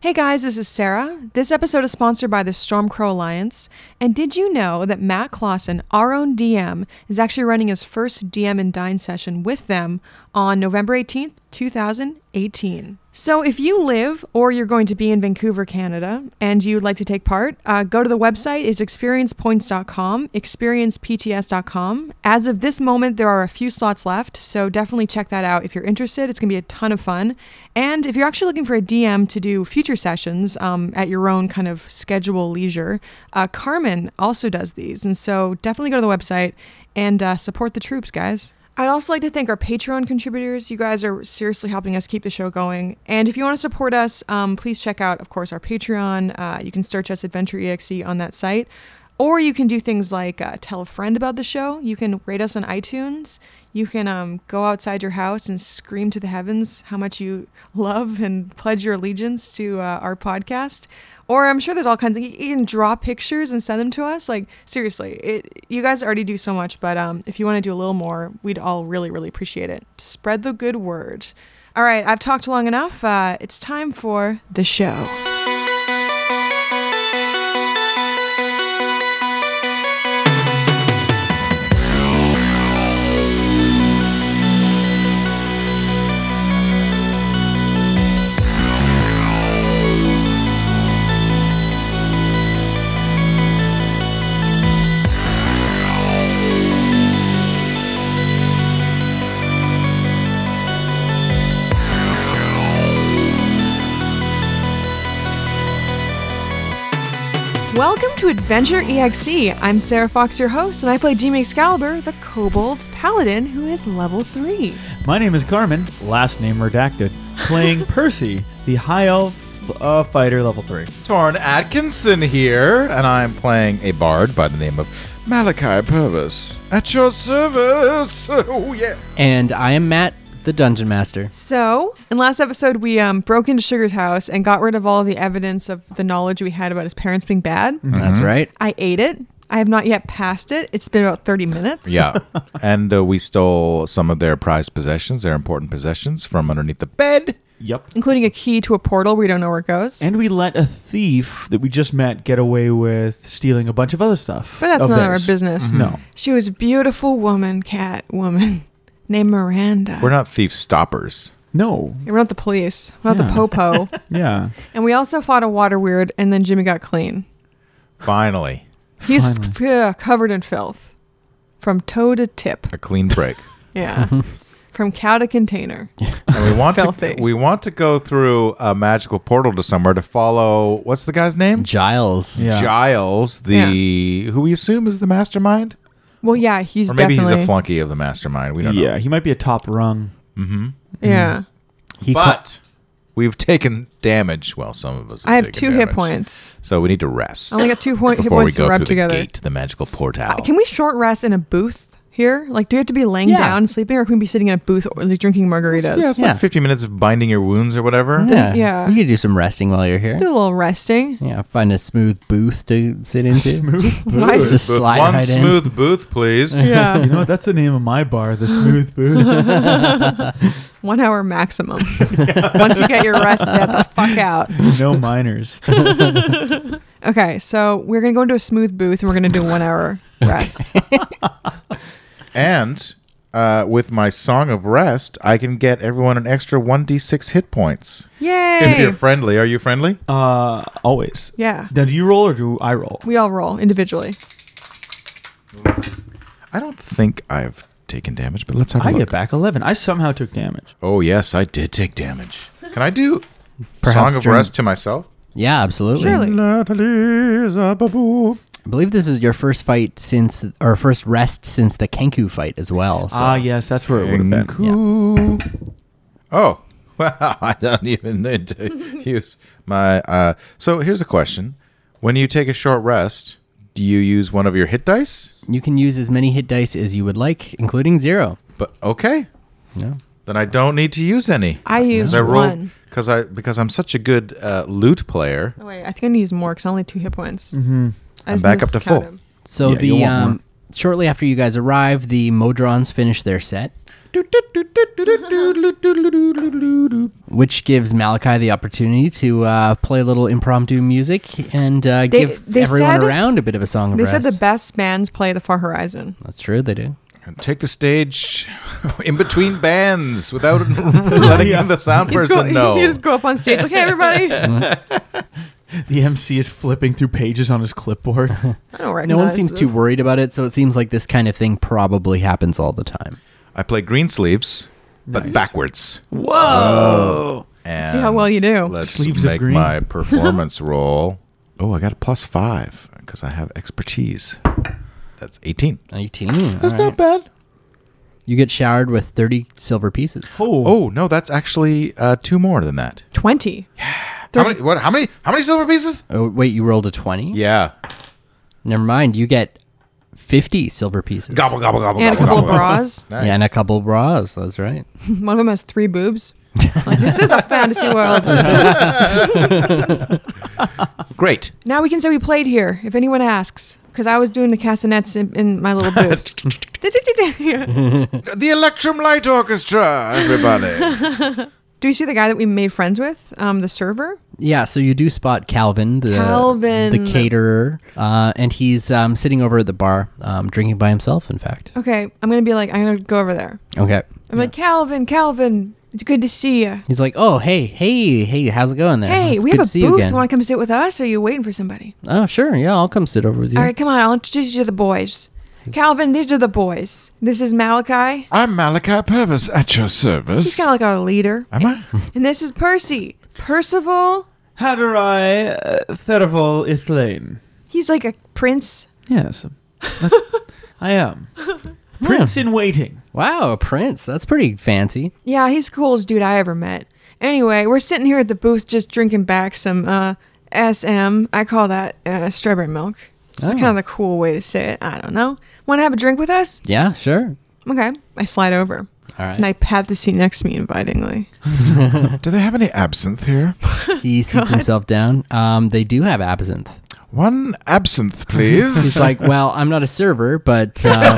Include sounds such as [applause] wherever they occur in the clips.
Hey guys, this is Sarah. This episode is sponsored by the Stormcrow Alliance. And did you know that Matt Clausen, our own DM, is actually running his first DM and Dine session with them on November 18th, 2018? So if you live or you're going to be in Vancouver, Canada, and you'd like to take part, uh, go to the website. It's experiencepoints.com, experiencepts.com. As of this moment, there are a few slots left, so definitely check that out if you're interested. It's going to be a ton of fun. And if you're actually looking for a DM to do future sessions um, at your own kind of schedule leisure, uh, Carmen also does these. And so definitely go to the website and uh, support the troops, guys. I'd also like to thank our Patreon contributors. You guys are seriously helping us keep the show going. And if you want to support us, um, please check out, of course, our Patreon. Uh, you can search us Adventure EXE E on that site. Or you can do things like uh, tell a friend about the show. You can rate us on iTunes. You can um, go outside your house and scream to the heavens how much you love and pledge your allegiance to uh, our podcast. Or I'm sure there's all kinds of you can draw pictures and send them to us. Like seriously, it you guys already do so much, but um, if you want to do a little more, we'd all really really appreciate it. Spread the good word. All right, I've talked long enough. Uh, it's time for the show. Welcome to Adventure EXE. I'm Sarah Fox, your host, and I play Jimmy Excalibur, the Kobold Paladin, who is level three. My name is Carmen, last name redacted, playing Percy, the high elf uh, fighter level 3. Torn Atkinson here, and I'm playing a bard by the name of Malachi Purvis. At your service! [laughs] Oh, yeah! And I am Matt, the Dungeon Master. So, in last episode, we um, broke into Sugar's house and got rid of all the evidence of the knowledge we had about his parents being bad. Mm-hmm. That's right. I ate it. I have not yet passed it. It's been about 30 minutes. Yeah. [laughs] and uh, we stole some of their prized possessions, their important possessions, from underneath the bed. Yep. Including a key to a portal we don't know where it goes. And we let a thief that we just met get away with stealing a bunch of other stuff. but that's of none of our theirs. Mm-hmm. business. No. She was a beautiful woman, cat woman, [laughs] named Miranda. We're not thief stoppers. No. We're not the police. We're not Yeah. the popo. [laughs] Yeah. and we also fought a water weird, and then Jimmy got clean. Finally, He's Finally. f- yeah, covered in filth from toe to tip. a clean break. Yeah. from cow to container. and we want Filthy. to we want to go through a magical portal to somewhere to follow what's the guy's name? Giles. Yeah. Giles, the who we assume is the mastermind? Well, yeah, he's or maybe definitely. he's a flunky of the mastermind. We don't know. Yeah, he might be a top rung. Hmm. yeah. He ca- But we've taken damage. Well, some of us. Have I have taken two hit damage. points. so we need to rest. I only [laughs] got two point, hit before we points to go rub through the together. gate to the magical portal. Can we short rest in a booth here? Like, do we have to be laying Yeah. down and sleeping, or can we be sitting in a booth or, like, drinking margaritas? yeah, it's Yeah. like 50 minutes of binding your wounds or whatever. yeah. yeah. You could do some resting while you're [laughs] here. Do a little resting. Yeah, find a smooth booth to [laughs] sit into. Smooth Nice. booth. Just slide One right in. smooth booth, please. Yeah. You know what? That's the name of my bar, the smooth booth. [laughs] One hour maximum. Once you get your rest, set the fuck out. no minors. Okay, so we're gonna go into a smooth booth and we're gonna do one hour rest. And uh, with my song of rest, I can get everyone an extra 1d6 hit points. If Yay! you're friendly, are you friendly? Uh, always. Yeah, Now, do you roll or do I roll? we all roll individually. I don't think I've taken damage, but let's have a I look. get back 11. I somehow took damage. Oh yes, I did take damage. Can I do Perhaps song of during- rest to myself? Yeah, absolutely. Surely. Natalie's a baboo. I believe this is your first fight since, or first rest since the Kenku fight as well. So. Ah, yes, that's where it would have been. Cool. Oh, [laughs] wow. I don't even need to [laughs] use my. Uh, so here's a question When you take a short rest, do you use one of your hit dice? you can use as many hit dice as you would like, including zero. But okay. Yeah. Then I don't need to use any. I used one. Because I because I'm such a good uh, loot player. [laughs] Oh, wait, I think I need to use more because I only had two hit points. Mm-hmm. I'm back up to full. So Yeah, the you'll want um, shortly after you guys arrive, the Modrons finish their set, which gives Malachi the opportunity to uh, play a little impromptu music and uh, They- give they everyone said- around a bit of a song of They rest. said the best bands play the Far Horizon. That's true. They do. Take the stage [laughs] in between bands without [laughs] letting the [laughs] sound You just person go- know. You just go up on stage like, hey, everybody. I The MC is flipping through pages on [laughs] his clipboard. [laughs] Oh. don't recognize No one seems this. too worried about it, so it seems like this kind of thing probably happens all the time. I play green sleeves, but backwards. Oh. Whoa! And See how well you do. Let's Sleeves of make green. [laughs] my performance roll. Oh, I got a plus five because I have expertise. That's eighteen. 19. That's all right. not bad. You get showered with 30 silver pieces. Oh, Oh no, that's actually uh, two more than that. 20. How many? What? How many? How many silver pieces? Oh, wait, you rolled a 20? Yeah. Never mind. You get 50 silver pieces. Gobble gobble gobble. And a gobble, couple of gobble. bras. [laughs] Nice. Yeah, and a couple bras. That's right. One of them has three boobs. Like, this is a fantasy world. Great. Now we can say we played here, if anyone asks. Because I was doing the castanets in, in my little booth. [laughs] Do The Electrum Light Orchestra, [laughs] everybody. you see the guy that we made friends with? Um, the server? Yeah, so you do spot Calvin, the Calvin. the caterer, uh, and he's um, sitting over at the bar, um, drinking by himself. In fact, Okay, I'm going to be like, I'm going to go over there. okay. I'm like, Calvin, Calvin, it's good to see you. He's like, "Oh, hey, hey, hey, how's it going there? Hey, It's we good have a to see you booth. again." You want to come sit with us? Or are you waiting for somebody? oh, sure, yeah, I'll come sit over with you. All right, come on. I'll introduce you to the boys. Calvin, these are the boys. This is Malachi. I'm Malachi Purvis at your He's service. kind of like our leader. Am I? And this is Percy. Percival. Hadurai uh, Theraval Ithlain. He's like a prince. Yes, that's- [laughs] I [laughs] am. Prince in waiting. Wow, a prince. That's pretty fancy. Yeah, he's the coolest dude I ever met. Anyway, we're sitting here at the booth just drinking back some uh, SM. I call that uh, strawberry milk. It's Oh. kind of the cool way to say it. I don't know. Want to have a drink with us? Yeah, sure. Okay. I slide over All right. and [laughs] I pat the seat next to me invitingly. Do they have any absinthe here? He seats himself down. Um, they do have absinthe. One absinthe, please. He's [laughs] like, "Well, I'm not a server, but um,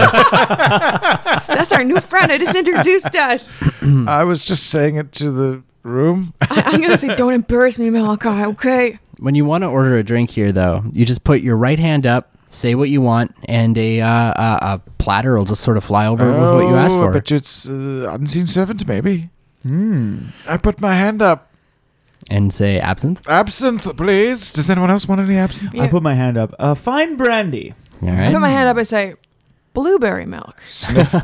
That's our new friend. I just introduced us. I was just saying it to the room. I, I'm gonna say, don't embarrass me, Malachi. Okay. when you want to order a drink here, though, you just put your right hand up." Say what you want, and a uh, a, a platter will just sort of fly over with what you asked Oh, for. Oh, But it's uh, unseen servant, maybe. Hmm. I put my hand up. and say absinthe. Absinthe, please. Does anyone else want any absinthe? Yeah. I put my hand up. Uh, fine brandy. All I put [laughs] right. my hand up. I say, blueberry milk. [laughs] Sniff.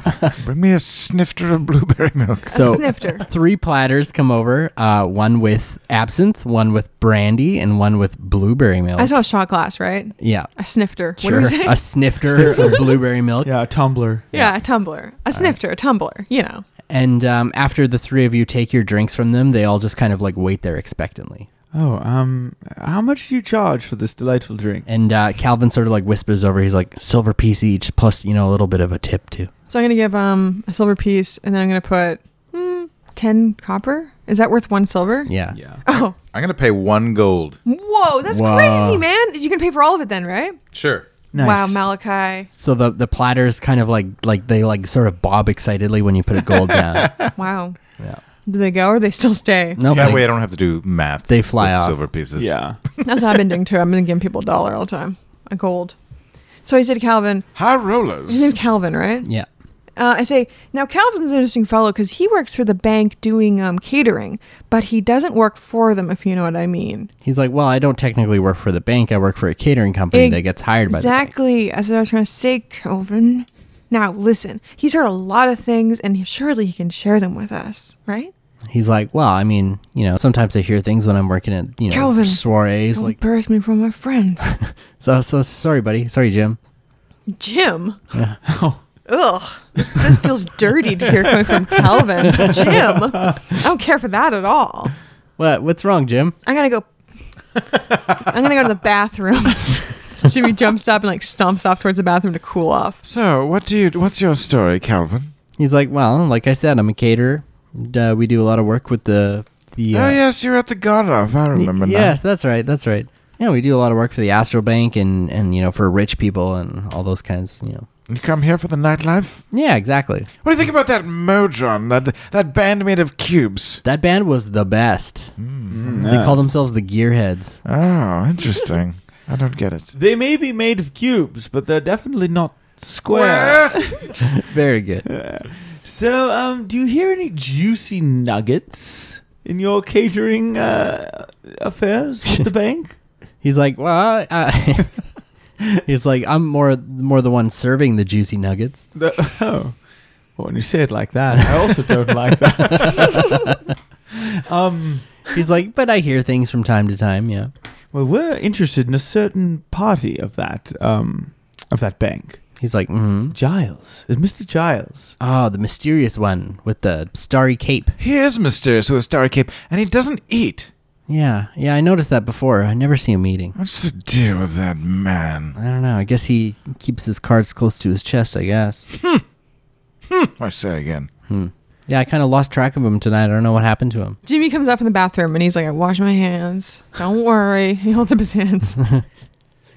Bring me a snifter of blueberry milk. a So snifter. three platters come over. Uh, one with absinthe, one with brandy, and one with blueberry milk. I saw a shot glass, right? yeah, A snifter. sure. What do you say? [laughs] A snifter of blueberry milk. Yeah, a tumbler. yeah, a tumbler. A snifter, a tumbler. You know. And um, after the three of you take your drinks from them, they all just kind of like wait there expectantly. Oh, um, how much do you charge for this delightful drink? And uh, Calvin sort of like whispers over. He's like silver piece each, plus you know a little bit of a tip too. So I'm gonna give um a silver piece, and then I'm gonna put hmm, ten copper. Is that worth one silver? Yeah. Yeah. [laughs] Oh, I'm going to pay one gold. whoa, that's Wow. crazy, man! You can pay for all of it then, right? Sure. Wow, Nice. Malachi. So the the platters kind of like like they like sort of bob excitedly when you put a gold down. wow. Yeah. Do they go or they still [laughs] stay? No. That they- way I don't have to do math. They fly with off. silver pieces. Yeah. That's what I've been doing too. I've been giving people a dollar all the time, a gold. So I said, Calvin. High His name's rollers. Calvin, right? yeah. Uh, I say now Calvin's an interesting fellow because he works for the bank doing um, catering, but he doesn't work for them, if you know what I mean. He's like, well, I don't technically work for the bank. I work for a catering company that gets hired by Exactly as I was trying to say, Calvin. Now listen, he's heard a lot of things, and he, surely he can share them with us, right? the bank. He's like, well, I mean, you know, sometimes I hear things when I'm working at, you know, Calvin. soirees. Don't Like, embarrass me from my [laughs] friends, so, so sorry, buddy. Sorry, Jim. Jim. [laughs] Ugh, this feels dirty to hear coming from Calvin. Jim, I don't care for that at all. What? What's wrong, Jim? I'm gonna go. I'm gonna go to the bathroom. [laughs] Jimmy jumps up and like stomps off towards the bathroom to cool off. So, what do you? What's your story, Calvin? He's like, well, like I said, I'm a caterer. And, uh, we do a lot of work with the the. Uh, Oh yes, you're at the God of. I remember now. yes, that's right. That's right. Yeah, we do a lot of work for the Astral Bank and and you know for rich people and all those kinds. You know, You come here for the nightlife? Yeah, exactly. What do you think about that Mojon? That that band made of cubes? Mm, That band was the best. They Yeah. call themselves [laughs] the Gearheads. Hmm, Oh, interesting. I don't get it. They may be made of cubes, but they're definitely not square. Very good. so, um, do you hear any juicy nuggets in your catering uh, affairs with the bank? He's like, well, uh, [laughs] he's like, I'm more more the one serving the juicy nuggets. No. Oh. Well, when you say it like that, I also don't like that. um, He's like, but I hear things from time to time. Yeah. well, we're interested in a certain party of that um, of that bank. He's like, mm-hmm. Giles is Mr. Giles. oh, the mysterious one with the starry cape. He is mysterious with a starry cape, and he doesn't eat. Yeah, yeah, I noticed that before. I never see him eating. What's the deal with that man? I don't know. I guess he keeps his cards close to his chest. I guess. I say again. Yeah, I kind of lost track of him tonight. I don't know what happened to him. Jimmy comes out from the bathroom and he's like, I wash my hands. Don't worry. He holds up his hands.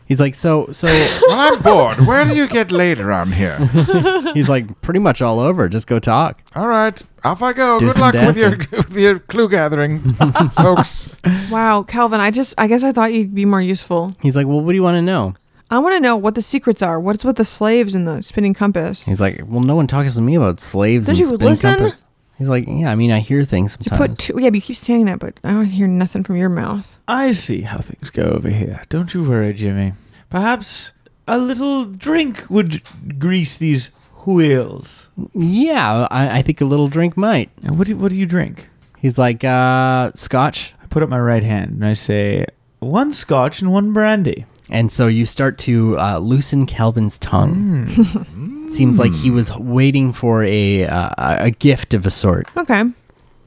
He's like, so, so. Well, I'm bored. Where do you get laid around here? [laughs] he's like, pretty much all over. Just go talk. All right, off I go. Do Good some luck with your [laughs] with your clue [laughs] gathering, folks. wow, Calvin, I just, I guess I thought you'd be more useful. He's like, well, what do you want to know? I want to know what the secrets are. What's with the slaves and the spinning compass? He's like, well, no one talks to me about slaves Don't and you spinning listen? compass. He's like, yeah, I mean, I hear things You put sometimes. two, yeah, but you keep saying that, but I don't hear nothing from your mouth. I see how things go over here. Don't you worry, Jimmy. Perhaps a little drink would grease these wheels. yeah, I, I think a little drink might. And what do what do you drink? He's like, uh, scotch. I put up my right hand and I say one scotch and one brandy. And so you start to uh, loosen Calvin's Hmm. tongue. Seems like he was waiting for a uh, a gift of a sort. Okay. I'm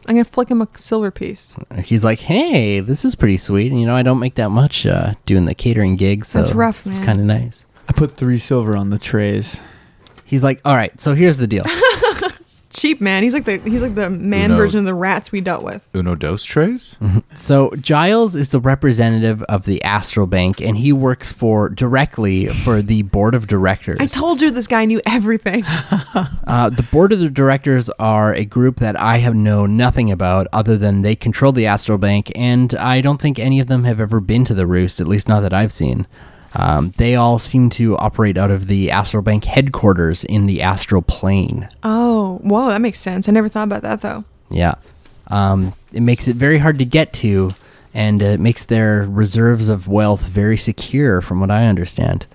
going to flick him a silver piece. He's like, "Hey, this is pretty sweet. And, you know, I don't make that much uh, doing the catering gigs. So That's rough, It's man. kind of nice." I put three silver on the trays. He's like, "All right, so here's the deal. Cheap man. He's like the he's like the man knows? version of the rats we dealt with. Uno dos tres. So Giles is the representative of the Astral Bank, and he works for directly for the board of directors. I told you this guy knew [laughs] everything. Uh, the board of the directors are a group that I have known nothing about other than they control the Astral Bank, and I don't think any of them have ever been to the Roost, at least not that I've seen. Um, they all seem to operate out of the Astral Bank headquarters in the Astral Plane. Oh, whoa, that makes sense. I never thought about that though. Yeah. Um, it makes it very hard to get to, and uh, it makes their reserves of wealth very secure, from what I understand.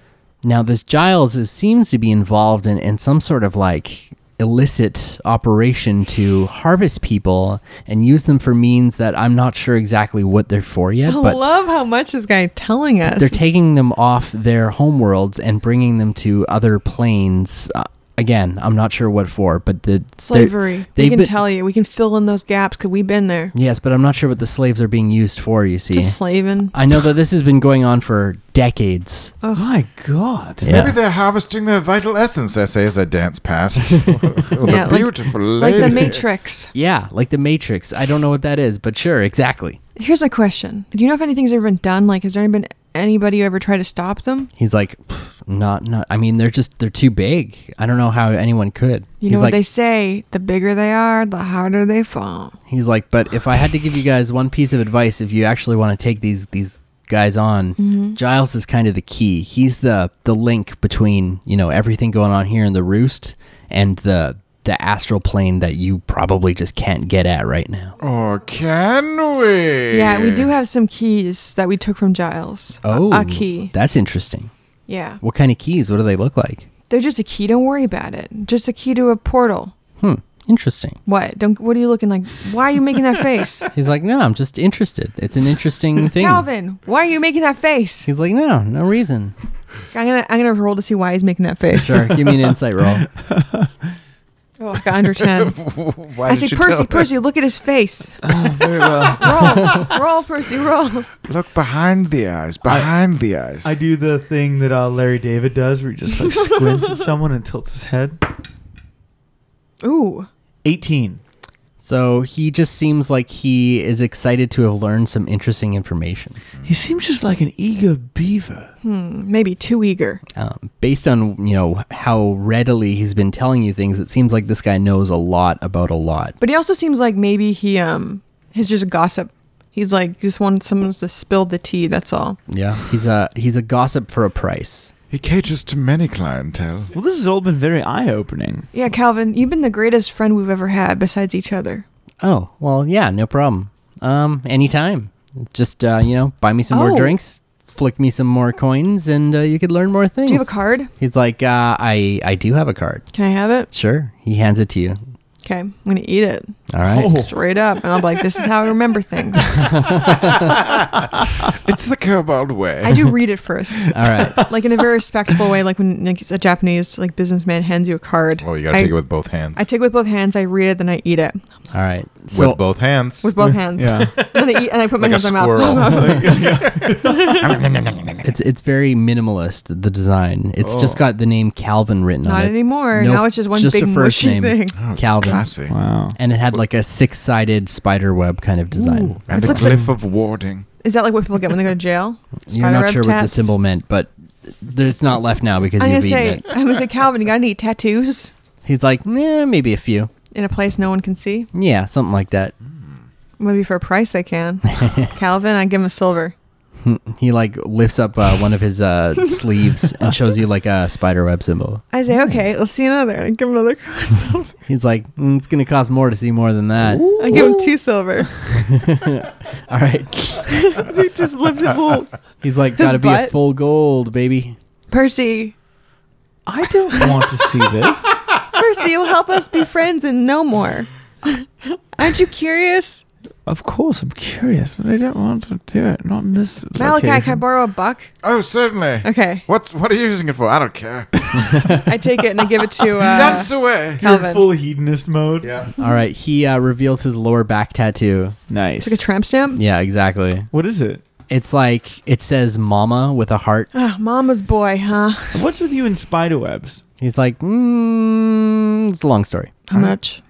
Now, this Giles is, seems to be involved in, in some sort of like illicit operation to harvest people and use them for means that I'm not sure exactly what they're for yet, I but love how much this guy telling us. they're taking them off their homeworlds and bringing them to other planes. Uh, again, I'm not sure what for, but the they're- slavery. they've We can been- tell you. We can fill in those gaps because we've been there. Yes, but I'm not sure what the slaves are being used for, you see. Just slaving. I know that this has been going on for decades. Oh. My God. [laughs] Yeah. Maybe they're harvesting their vital essence. I say as I [laughs] dance past. [laughs] yeah, Yeah, like- beautiful Like lady. the Matrix. Yeah, like the Matrix. I don't know what that is, but sure, exactly. Here's a question. Do you know if anything's ever been done? Like, has there been anybody who ever tried to stop them? He's like, "Pff, not, not. I mean, they're just, they're too big. I don't know how anyone could. You he's know what like, they say: the bigger they are, the harder they fall. he's like, but if I had to give you guys one piece of advice, if you actually want to take these these guys on, Mm-hmm. Giles is kind of the key. He's the the link between you know everything going on here in the roost and the the astral plane that you probably just can't get at right now. or Oh, can we? Yeah, we do have some keys that we took from Giles. A- Oh, a key. That's interesting. Yeah, What kind of keys? What do they look like? they're just a key. Don't worry about it. Just a key to a portal. Hmm. Interesting. What? Don't. What are you looking like? Why are you making that face, He's like, no, I'm just interested. It's an [laughs] interesting thing. Calvin? Why are you making that face? He's like, no, no reason. I'm gonna. I'm gonna roll to see why he's making that face. Sure, give me an insight roll. [laughs] Oh, I got under ten. Why I did say, you tell Percy, me? Percy, look at his face. Very well. Roll, roll, Percy, roll. Look behind the eyes. Behind the eyes. I do the thing that uh, Larry David does where he [laughs] just like squints at someone and tilts his head. Ooh, 18. So he just seems like he is excited to have learned some interesting information. He seems just like an eager beaver. Maybe too eager. Um, based on you know how readily he's been telling you things, it seems like this guy knows a lot about a lot. But he also seems like maybe he um he's just gossip. He's like just wants someone to spill the tea. That's all. Yeah, he's a he's a gossip for a price. He caters to many clientele. Well, this has all been very eye opening. Yeah, Calvin, you've been the greatest friend we've ever had besides each other. Oh well, yeah, no problem. Um, anytime. Just uh, you know, buy me some more Oh. drinks, flick me some more coins, and uh, you could learn more things. Do you have a card? He's like, uh, I I do have a card. Can I have it? Sure. He hands it to you. Okay, I'm gonna eat it All right. Oh. straight up, and I'll be like, "This is how I remember things." It's the Cobalt way. [laughs] I do read it first, All right. like in a very respectful way, like when like, a Japanese like businessman hands you a card. oh, you gotta I- take it with both hands. I take it with both hands. I read it, then I eat it [laughs] All right. with So both hands. with [laughs] both hands. Yeah. Then I eat, and I put my Like a hands in my mouth. [laughs] it's it's very minimalist the design. It's just got the name Calvin written on [laughs] Oh. Not it. anymore. No, now it's just one just a big first mushy name. thing. Oh, it's Calvin. Classic. [laughs] Wow. And it had like a six-sided spider web kind of design. And It the looks like- cliff of warding. Is that like what people get when they go to jail? [laughs] You're not Spider-web sure what the tats? symbol meant, but th- it's not left now because I'm gonna you've eaten say, it. I'm gonna say, Calvin, you got any tattoos He's like, eh, maybe a few. in a place no one can see? Yeah, something like that. [laughs] Maybe for a price I can. Calvin, I give him a silver. He like lifts up uh, one of his uh, sleeves and shows you like a spider web symbol. I say, okay, let's see another. I give him another [laughs] cross. He's like, mm, it's gonna cost more to see more than that. I give him two [laughs] silver. All right. he just lived his little He's like, gotta be a butt? full gold, baby. Percy. I don't want [laughs] to see this. Percy will help us be friends and no more. Aren't you curious, Of course, I'm curious, but I don't want to do it. Not in this. Malachi? Can I location. borrow a buck? Oh, certainly. Okay, What's what are you using it for? I don't care. I take it and I give it [laughs] to uh, Dance away. You're Calvin. full hedonist mode. Yeah. All right. He uh, reveals his lower back tattoo. Nice. It's like a tramp stamp. Yeah, exactly. What is it? It's like it says "Mama" with a heart. Ah, mama's boy, huh? What's with you and spider webs? He's like, mm, it's a long story. How much?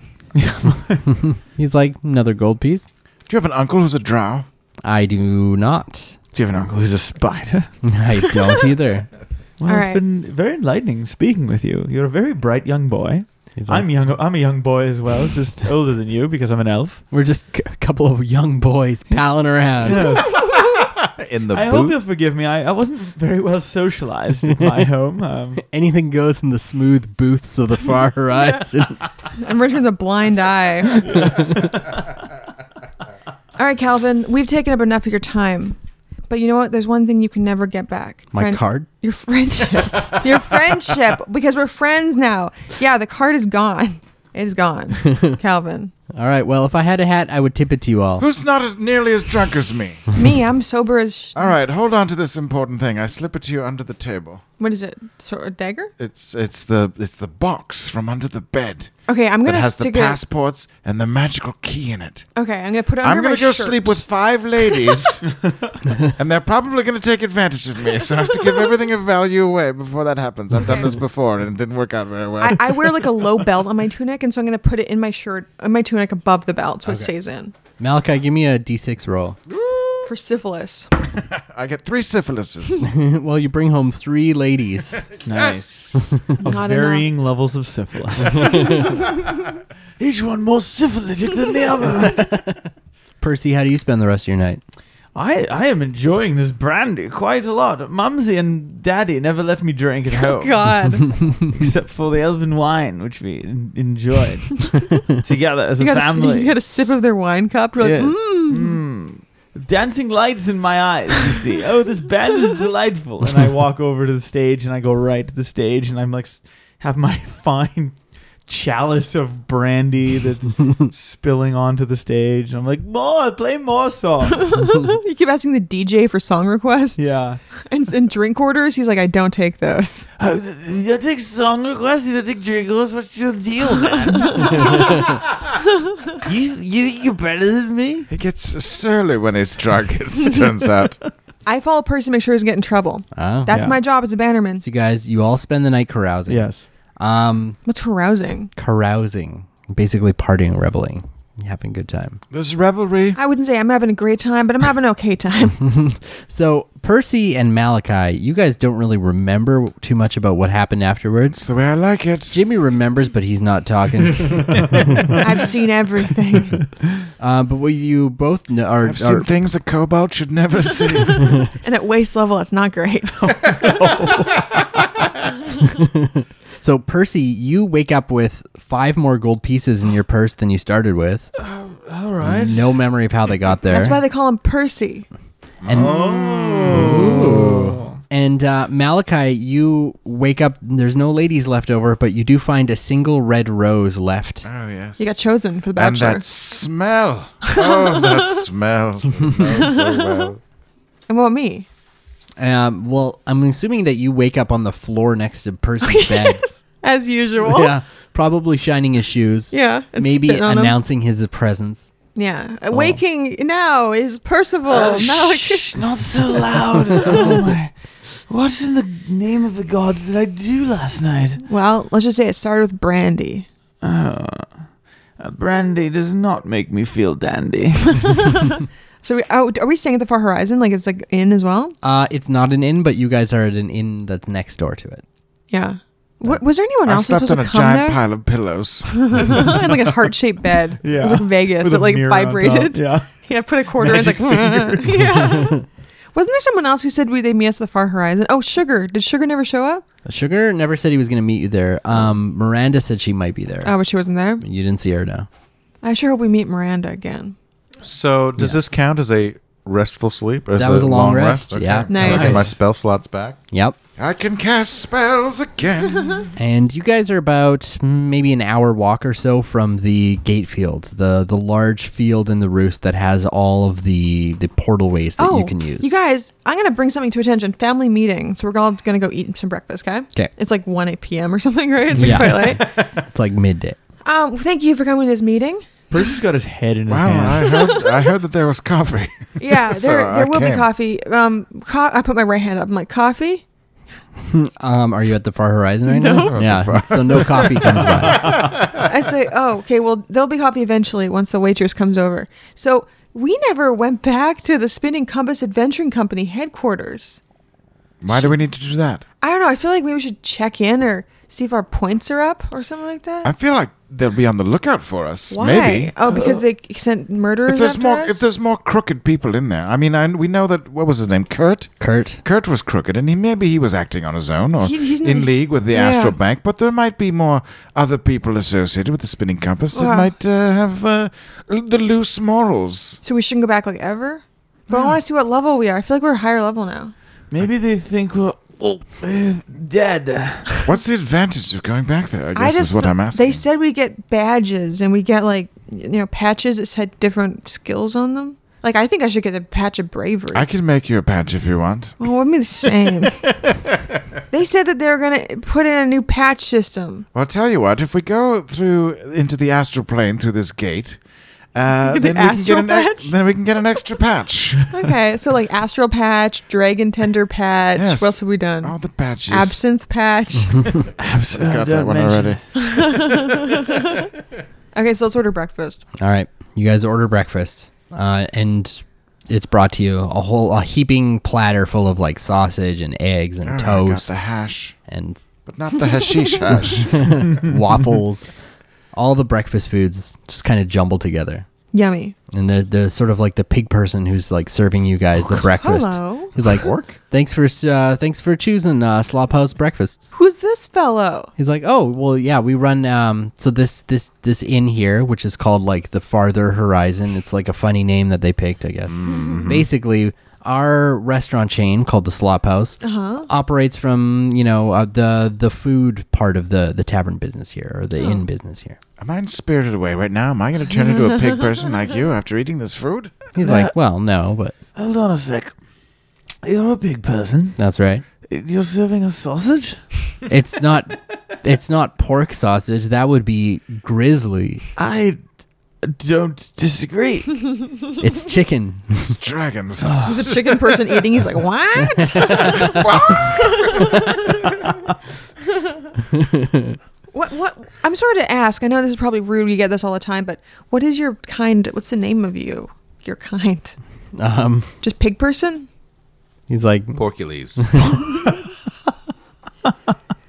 He's like, another gold piece. Do you have an uncle who's a drow? I do not. [laughs] Do you have an uncle who's a spider? I don't either. Well, All it's right. been very enlightening speaking with you. You're a very bright young boy. He's like, I'm young. I'm a young boy as well, [laughs] just older than you because I'm an elf. We're just c- a couple of young boys palling around. In the I hope you'll forgive me. I, I wasn't very well socialized at [laughs] my home. Um, Anything goes in the smooth booths of the far horizon. And Richard's a blind eye. All right, Calvin, we've taken up enough of your time. But you know what? There's one thing you can never get back. My Friend- card. Your friendship. your friendship. Because we're friends now. Yeah, the card is gone. It is [laughs] gone. Calvin. All right. Well, if I had a hat, I would tip it to you all. Who's not as nearly as drunk as [laughs] me? Me, I'm sober as. Sh- All right, hold on to this important thing. I slip it to you under the table. what is it? So, a dagger? It's it's the it's the box from under the bed Okay, I'm that gonna has the stick it. passports and the magical key in it. Okay, I'm gonna put it under I'm gonna my go shirt. sleep [laughs] with five ladies, and they're probably gonna take advantage of me. So I have to give everything of value away before that happens. I've done this before, and it didn't work out very well. I, I wear like a low [laughs] belt on my tunic, and so I'm gonna put it in my shirt, in my tunic above the belt, so it stays in. [laughs] Malachi, give me a d6 roll. For syphilis. I get [laughs] three syphilises. [laughs] well, you bring home three ladies. Yes. Of Not varying levels of syphilis. [laughs] Each one more syphilitic than the [laughs] other. [laughs] Percy, how do you spend the rest of your night? I, I am enjoying this brandy quite a lot. Mumsy and Daddy never let me [laughs] drink [laughs] at Oh, home, God. [laughs] except for the elven wine, which we en- [laughs] enjoyed together as you, a got a, family. you got a sip of their wine cup. You're Yes. like, mmm. Mm. Dancing lights in my eyes, you see. Oh, this band is delightful. And I walk over to the stage and I go right to the stage and I'm like, s- have my [laughs] fine chalice of [laughs] brandy that's spilling onto the stage. And I'm like, more, play [laughs] more songs. you keep asking the DJ for song requests. yeah. And, and drink orders. He's like, I don't take those. Oh, th- th- you don't take song requests, you don't take drink requests. What's your deal, man? you, you think you're better than me? [laughs] He gets surly when [laughs] he's drunk, it turns out. I follow Percy, make sure he doesn't get in trouble. Oh. That's Yeah. my job as a bannerman. So, you guys, you all spend the night carousing. Yes. Um, What's carousing? carousing, basically partying, reveling. You having a good time. This is revelry. I wouldn't say I'm having a great time, but I'm having an okay time. So Percy and Malachi, you guys don't really remember too much about what happened afterwards. It's the way I like it. Jimmy remembers, but he's [laughs] not talking. I've seen everything. uh, but what you both know are, uh, I've seen are- things a cobalt [laughs] should never see. And at waist level, it's not great. so Percy, you wake up with five more gold pieces in your purse than you started with. All right. No memory of how they got there. That's why they call him Percy. and Oh. Ooh. And uh, Malachi, you wake up. There's no ladies left over, but you do find a single red rose left. oh yes. You got chosen for the and bachelor. that [laughs] smell. Oh, that smell. It knows [laughs] so well. and what about me? Um, well, I'm assuming that you wake up on the floor next to [laughs] Percy's bed. As usual. yeah, probably shining his shoes. Yeah, and maybe spitting on him. announcing his presence. Yeah. Waking now is Percival. Malachi. Shh, not so loud. oh my. What in the name of the gods did I do last night? Well, let's just say it started with brandy. Oh, a brandy does not make me feel dandy. So we, oh, are we staying at the Far Horizon? Like it's like in as well? Uh, it's not an inn, but you guys are at an inn that's next door to it. Yeah. Wa- was there anyone I else slept supposed on to a come [laughs] giant there? pile of pillows. in like a heart shaped bed. It was like Vegas. With It a like mirror on top. vibrated. Yeah. Yeah. I put a quarter in. It's like, [laughs] yeah. Wasn't there someone else who said we they meet us at the Far Horizon? Oh, Sugar. Did Sugar never show up? Sugar never said he was going to meet you there. Um, Miranda said she might be there. Oh, but she wasn't there. You didn't see her, no. I sure hope we meet Miranda again. So, does this count as a restful sleep? Or is That it was a long rest, yeah. Nice. I get my spell slots back. Yep. I can cast spells [laughs] again. And you guys are about mm, maybe an hour walk or so from the gate field, the the large field in the roost that has all of the the portal ways that oh, you can use. You guys, I'm gonna bring something to attention. Family meeting. So we're all gonna go eat some breakfast. Okay. 'Kay. It's like 1 p.m. or something, [laughs] right? It's like Yeah. quite late. it's like midday. [laughs] Um, thank you for coming to this meeting. Percy's got his head in his wow, I hand. heard, I heard that there was coffee. Yeah, So there, I there will be came. coffee. Um, co- I put my right hand up. I'm like, coffee? Um, are you at the far horizon right now? Yeah. So no coffee comes by. I [laughs] say, oh, okay, well, there'll be coffee eventually once the waitress comes over. So we never went back to the Spinning Compass Adventuring Company headquarters. [laughs] Why do we need to do that? I don't know. I feel like maybe we should check in or see if our points are up or something like that. I feel like they'll be on the lookout for us. Why? Maybe. Oh, because they sent murderers If there's after more, us? if there's more crooked people in there, I mean, I, we know that what was his name, Kurt. Kurt. Kurt was crooked, and he maybe he was acting on his own or He- he's in not- league with the Yeah. Astral Bank. But there might be more other people associated with the spinning compass Wow. that might uh, have uh, l- the loose morals. so we shouldn't go back like ever? But I want to see what level we are. I feel like we're higher level now. Maybe they think we're all, uh, dead. What's the advantage of going back there? I guess is what I'm asking. They said we get badges and we get like you know patches that said different skills on them. Like I think I should get a patch of bravery. I can make you a patch if you want. well, it wouldn't be the [laughs] same. they said that they were gonna put in a new patch system. Well, I'll tell you what. If we go through into the astral plane through this gate, [laughs] uh, The then we can astral get an ex- patch? then we can get an [laughs] extra patch. Okay, so like astral patch, dragon tender patch. Yes. Oh, Mm-hmm. What else have we done? All the patches. Absinthe patch. I Uh, got that one already. okay, so let's order breakfast. All right. You guys order breakfast, uh, and it's brought to you a whole a heaping platter full of like sausage and eggs and Oh, I got toast the hash, and but not the hashish [laughs] hash. [laughs] waffles. All the breakfast foods just kind of jumbled together. Yummy. And the the sort of like the pig person who's like serving you guys the breakfast. Hello. He's like, thanks for uh, thanks for choosing uh, Slop House breakfasts. Who's this fellow? He's like, oh well, yeah, we run um so this this this inn here, which is called like the Farther Horizon. It's like a funny name that they picked, I guess. Basically. Our restaurant chain called the Slop House operates from you know uh, the the food part of the the tavern business here or the inn business here. Am I spirited away right now? Am I going to turn into a pig person like you after eating this food? He's like, well, no, but Hold on a sec. You're a big person. that's right. You're serving us sausage? It's not it's not pork sausage. That would be grizzly. I don't disagree. It's chicken. [laughs] It's dragons. That's He's a chicken person eating. He's like, [laughs] what? what? what what I'm sorry to ask. I know this is probably rude. You get this all the time, but what is your kind? What's the name of you? Your kind? Um, Just pig person? he's like, Porcules.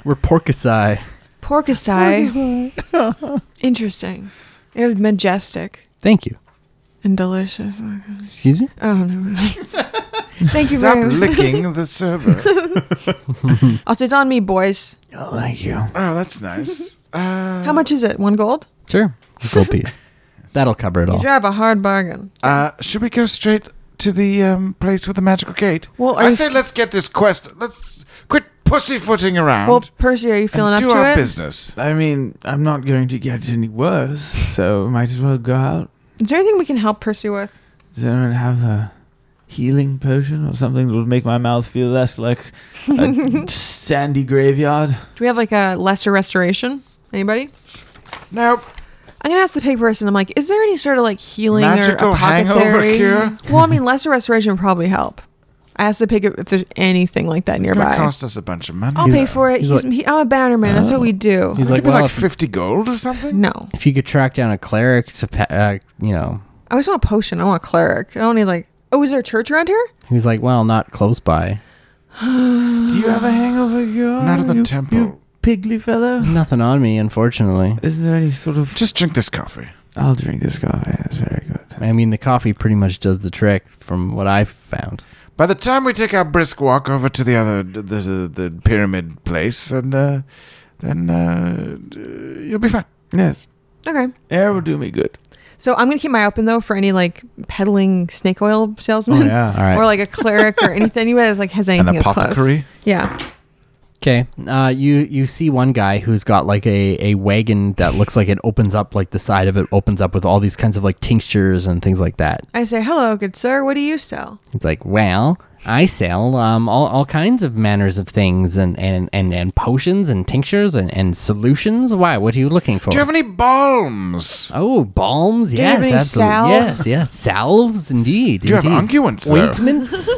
we're porcusai. Porcusai. [laughs] Interesting. It was majestic Thank you. and delicious. Excuse me. Oh [laughs] no. Thank you [laughs] Stop very much. licking [laughs] the server. Oh, It's on me, boys. Oh, thank you. Oh, that's nice. Uh, How much is it? One gold? [laughs] Sure. Gold piece. That'll cover it Oh. You all. drive a hard bargain. Uh, should we go straight to the um, place with the magical gate? Well, are I you- say let's get this quest. Let's quit pussyfooting around Well, Percy, are you feeling and up do to our it? business. I mean, I'm not going to get any worse, so might as well go out. Is there anything we can help Percy with? Does anyone have a healing potion or something that would make my mouth feel less like a [laughs] sandy graveyard? Do we have like a lesser restoration? Anybody? Nope. I'm gonna ask the pig person. I'm like, is there any sort of like healing or Magical hangover apothecary? cure? Well, I mean, lesser restoration would probably help. I asked the pig if there's anything like that It's going nearby. Oh. to cost us a bunch of money. I'll pay for it. he's He's like- he- I'm a bannerman. That's what we do. He's It like, could be well, like if, 50 gold or something? no, if you could track down a cleric to, pa- uh, you know, I just want a potion. I want a cleric. I don't need like. Oh, is there a church around here? he was like, well, not [laughs] close by. Do you have a hangover cure? Not at the you- temple. You pigly fellow? Nothing on me, unfortunately. Isn't there any sort of. Just drink this coffee. I'll drink this coffee. That's very good. I mean, the coffee pretty much does the trick from what I've found. By the time we take our brisk walk over to the other the the, the pyramid place, and uh, then uh, d- you'll be fine. Yes. Okay. Air will do me good. So I'm gonna keep my eye open though for any like peddling snake oil Oh, salesman [laughs] All Oh, [laughs] right. or like a cleric or anything. Anybody that's like has anything An that's close. apothecary. Yeah. Okay. Uh, you you see one guy who's got like a, a wagon that looks like it opens up like the side of it opens up with all these kinds of like tinctures and things like that. I say, hello, good sir. What do you sell? It's like, well, I sell um, all, all kinds of manners of things and and, and, and potions and tinctures and, and solutions. Why? What are you looking for? Do you have any balms? oh, balms. you have yes, any absolutely. salves? Yes, yes, salves indeed. Do you have indeed. unguents? Though? ointments?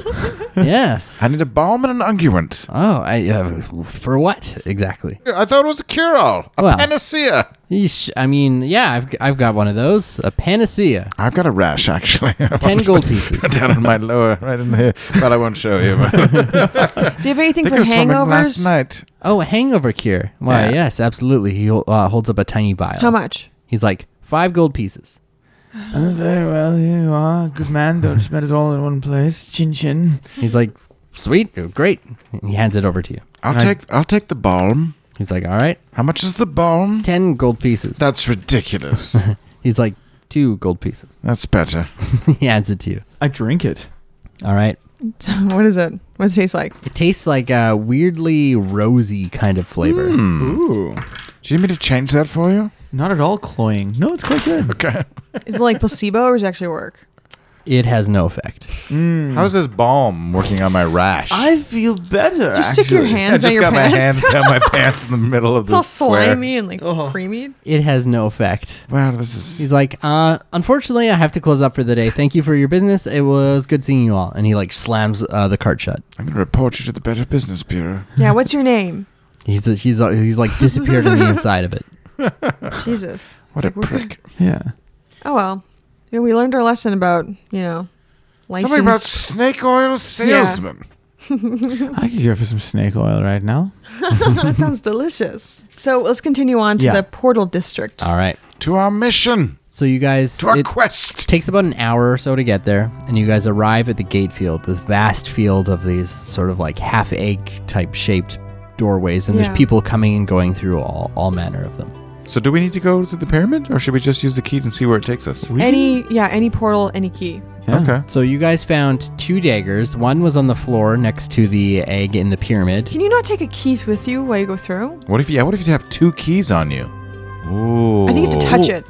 yes. I need a balm and an unguent. Oh, I uh, for what exactly? I thought it was a cure-all, a Well. panacea. Yeesh, I mean, yeah, I've I've got one of those, a panacea. I've got a rash actually. [laughs] Ten gold pieces. down in my lower, right in there. But I won't show [laughs] you. but- I Do you have anything think for I was swimming last hangovers? night. Oh, a hangover cure. Why, Yeah. yes, absolutely. He uh, holds up a tiny vial. How much? [laughs] He's like, five gold pieces. Oh, very well, here you are. Good man, don't spend it all in one place. Chin chin. He's like, sweet, oh, great. And he hands it over to you. I'll Right. take. I'll take the balm. He's like, all right, How much is the balm? ten gold pieces. That's [laughs] ridiculous. He's like, two gold pieces. [laughs] That's better. he hands it to you. I drink it. All right. what is it? What does it taste like? It tastes like a weirdly rosy kind of flavor. Ooh. Do you need me to change that for you? Not at all cloying. No, it's quite good. Okay. Is it [laughs] like placebo or does it actually work? It has no effect. Mm. How is this balm working on my rash? I feel better. Just stick your actually. hand- hands I on just your got my hands pants? [laughs] down my pants in the middle of It's all this square. slimy and like Oh. creamy. It has no effect. Wow, this is. He's like, uh, unfortunately, I have to close up for the day. Thank you for your business. It was good seeing you all. And he like slams uh, the cart shut. I'm gonna report you to the Better Business Bureau. Yeah, what's your [laughs] name? He's he's he's like disappeared on the inside of it. Jesus. What a like, we're- prick! Yeah. Oh well. You know, we learned our lesson about, you know, Something about license. snake oil salesman. I could go for some snake oil right now. that sounds delicious. So let's continue on to Yeah. the portal district. Uh, All right. To our mission, So you guys, to our it quest. takes about an hour or so to get there, and you guys arrive at the gate field, this vast field of these sort of like half egg type shaped doorways, and Yeah. there's people coming and going through all all manner of them. So, do we need to go to the pyramid, or should we just use the key and see where it takes us? Any yeah, any portal, any key. Yeah. Okay. So you guys found two daggers. One was on the floor next to the egg in the pyramid. Can you not take a key with you while you go through? What if? Yeah. What if you have two keys on you? Ooh. I think you have to touch it.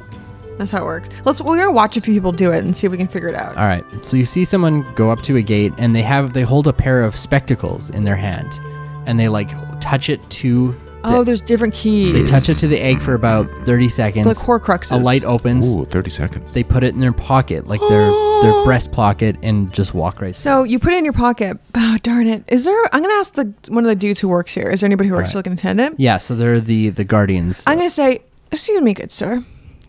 That's how it works. Let's we're gonna watch a few people do it and see if we can figure it out. All right. So you see someone go up to a gate, and they have they hold a pair of spectacles in their hand, and they like touch it to Oh, there's different keys. They touch it to the egg for about 30 seconds. like Horcruxes. A light opens. Ooh, 30 seconds. They put it in their pocket, like their [gasps] their breast pocket, and just walk right. through. So you put it in your pocket. Oh darn it! Is there? I'm gonna ask the one of the dudes who works here. Is there anybody who works Right. here like an attendant? yeah, so they're the the guardians. I'm gonna say, excuse me, good sir.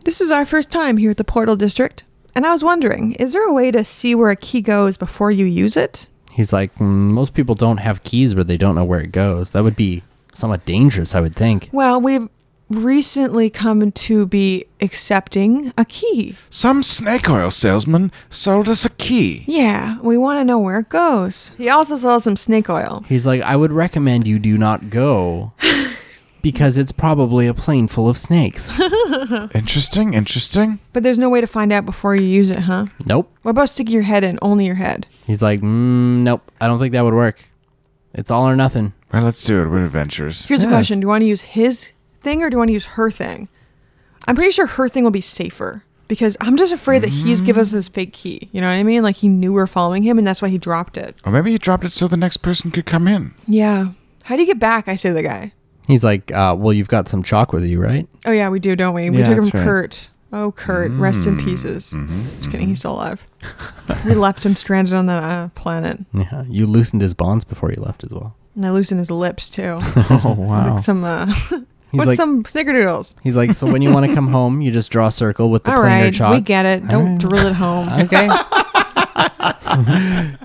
This is our first time here at the Portal District, and I was wondering, is there a way to see where a key goes before you use it? He's like, "Mm, most people don't have keys where they don't know where it goes. That would be somewhat dangerous, I would think. Well, we've recently come to be accepting a key. Some snake oil salesman sold us a key. Yeah, we want to know where it goes. He also sells some snake oil. He's like, I would recommend you do [laughs] not go because it's probably a plane full [laughs] of snakes. Interesting, interesting. But there's no way to find out before you use it, huh? nope. What about sticking your head in? Only your head. He's like, mm, nope, I don't think that would work. It's all or nothing. Well, let's do it. We're adventurers. Here's a Yes. question Do you want to use his thing or do you want to use her thing? I'm pretty sure her thing will be safer because I'm just afraid that he's given us his fake key. You know what I mean? Like he knew we were following him and that's why he dropped it. Or maybe he dropped it so the next person could come in. Yeah. How do you get back? I say to the guy. He's like, uh, well, you've got some chalk with you, right? Oh, yeah, we do, don't we? We Yeah, took him that's from right. Kurt. Oh, Kurt, rest in pieces. Just kidding, he's still alive. we left him stranded on that uh, planet. Yeah. You loosened his bonds before you left as well. And I loosened his lips too. [laughs] Oh wow. Like some, uh, He's what's like, some snickerdoodles? he's like, so when you want [laughs] to come home, you just draw a circle with the All planer right, chalk. we get it. Don't right. drill it home. [laughs] [laughs] okay.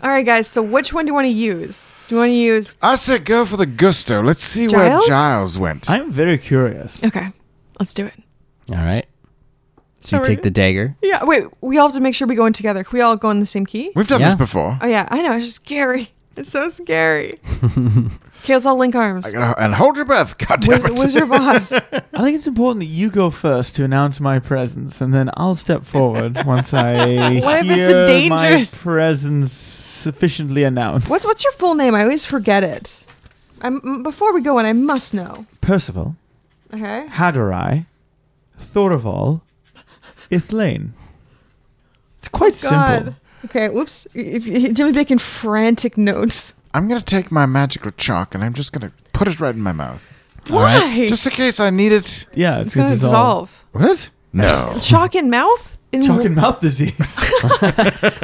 All right, guys. So which one do you want to use? Do you want to use? I said go for the gusto. Let's see Giles? where Giles went. I'm very curious. Okay, let's do it. all right. So you Sorry. take the dagger. Yeah. Wait. We all have to make sure we go in together. Can we all go in the same key? We've done Yeah. this before. Oh yeah. I know. It's just scary. It's so scary. okay, let's all link arms. I gotta- and hold your breath. [laughs] God damn Wiz- it. Wizard of Oz. [laughs] I think it's important that you go first to announce my presence, and then I'll [laughs] step forward once I What if hear it's a my dangerous- presence sufficiently announced. What's what's your full name? I always forget it. I'm m- before we go in. I must know. Percival, Okay. Hadorai, Thorval, Ithlane. It's Oh, quite simple. Okay. Whoops. Y- y- Jimmy making frantic notes. I'm gonna take my magical chalk and I'm just gonna put it right in my mouth. Why? Just in case I need it. Yeah, it's, it's gonna dissolve. What? No. Chalk in mouth. In Chalk and mouth [laughs] disease.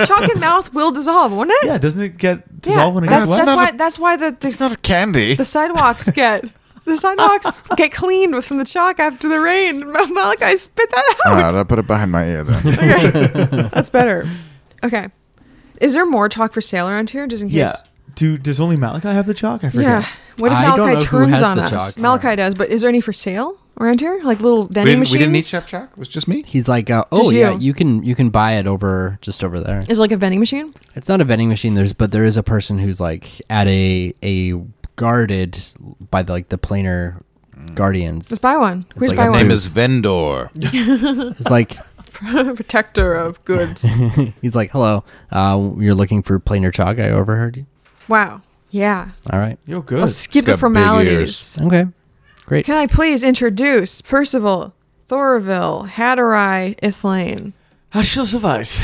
chalk in mouth will dissolve, won't it? yeah, doesn't it get Yeah, dissolved when it that's, gets It's that's wet? not why. a- that's why the It's the, not candy. [laughs] the sidewalks get the sidewalks get cleaned with from the chalk after the rain. [laughs] Malachi spit that All out. right, I'll put it behind my [laughs] ear then. Okay. that's better. Okay, is there more chalk for sale around here, just in case? Yeah. Do, does only Malachi have the chalk? I forget. Yeah. What if I don't know Malachi who turns has on the us? chalk. Malachi does, but is there any for sale around here? Like little vending we, didn't, machines? we didn't each have chalk. It was just me. He's like, uh, oh Just yeah, you. you can you can buy it over just over there. Is it like a vending machine? It's not a vending machine. There's but there is a person who's like at a a guarded by the, like the planar guardians. Let's buy one. Where's like buy a one? name is Vendor. It's like [laughs] Protector of goods. he's like, hello, uh, you're looking for planar chalk. I overheard you. wow. Yeah. All right. You're good. Let's skip got the big formalities. ears. Okay. Great. Can I please introduce Percival, Thoraville, Hatterai, Ithlane? I shall suffice.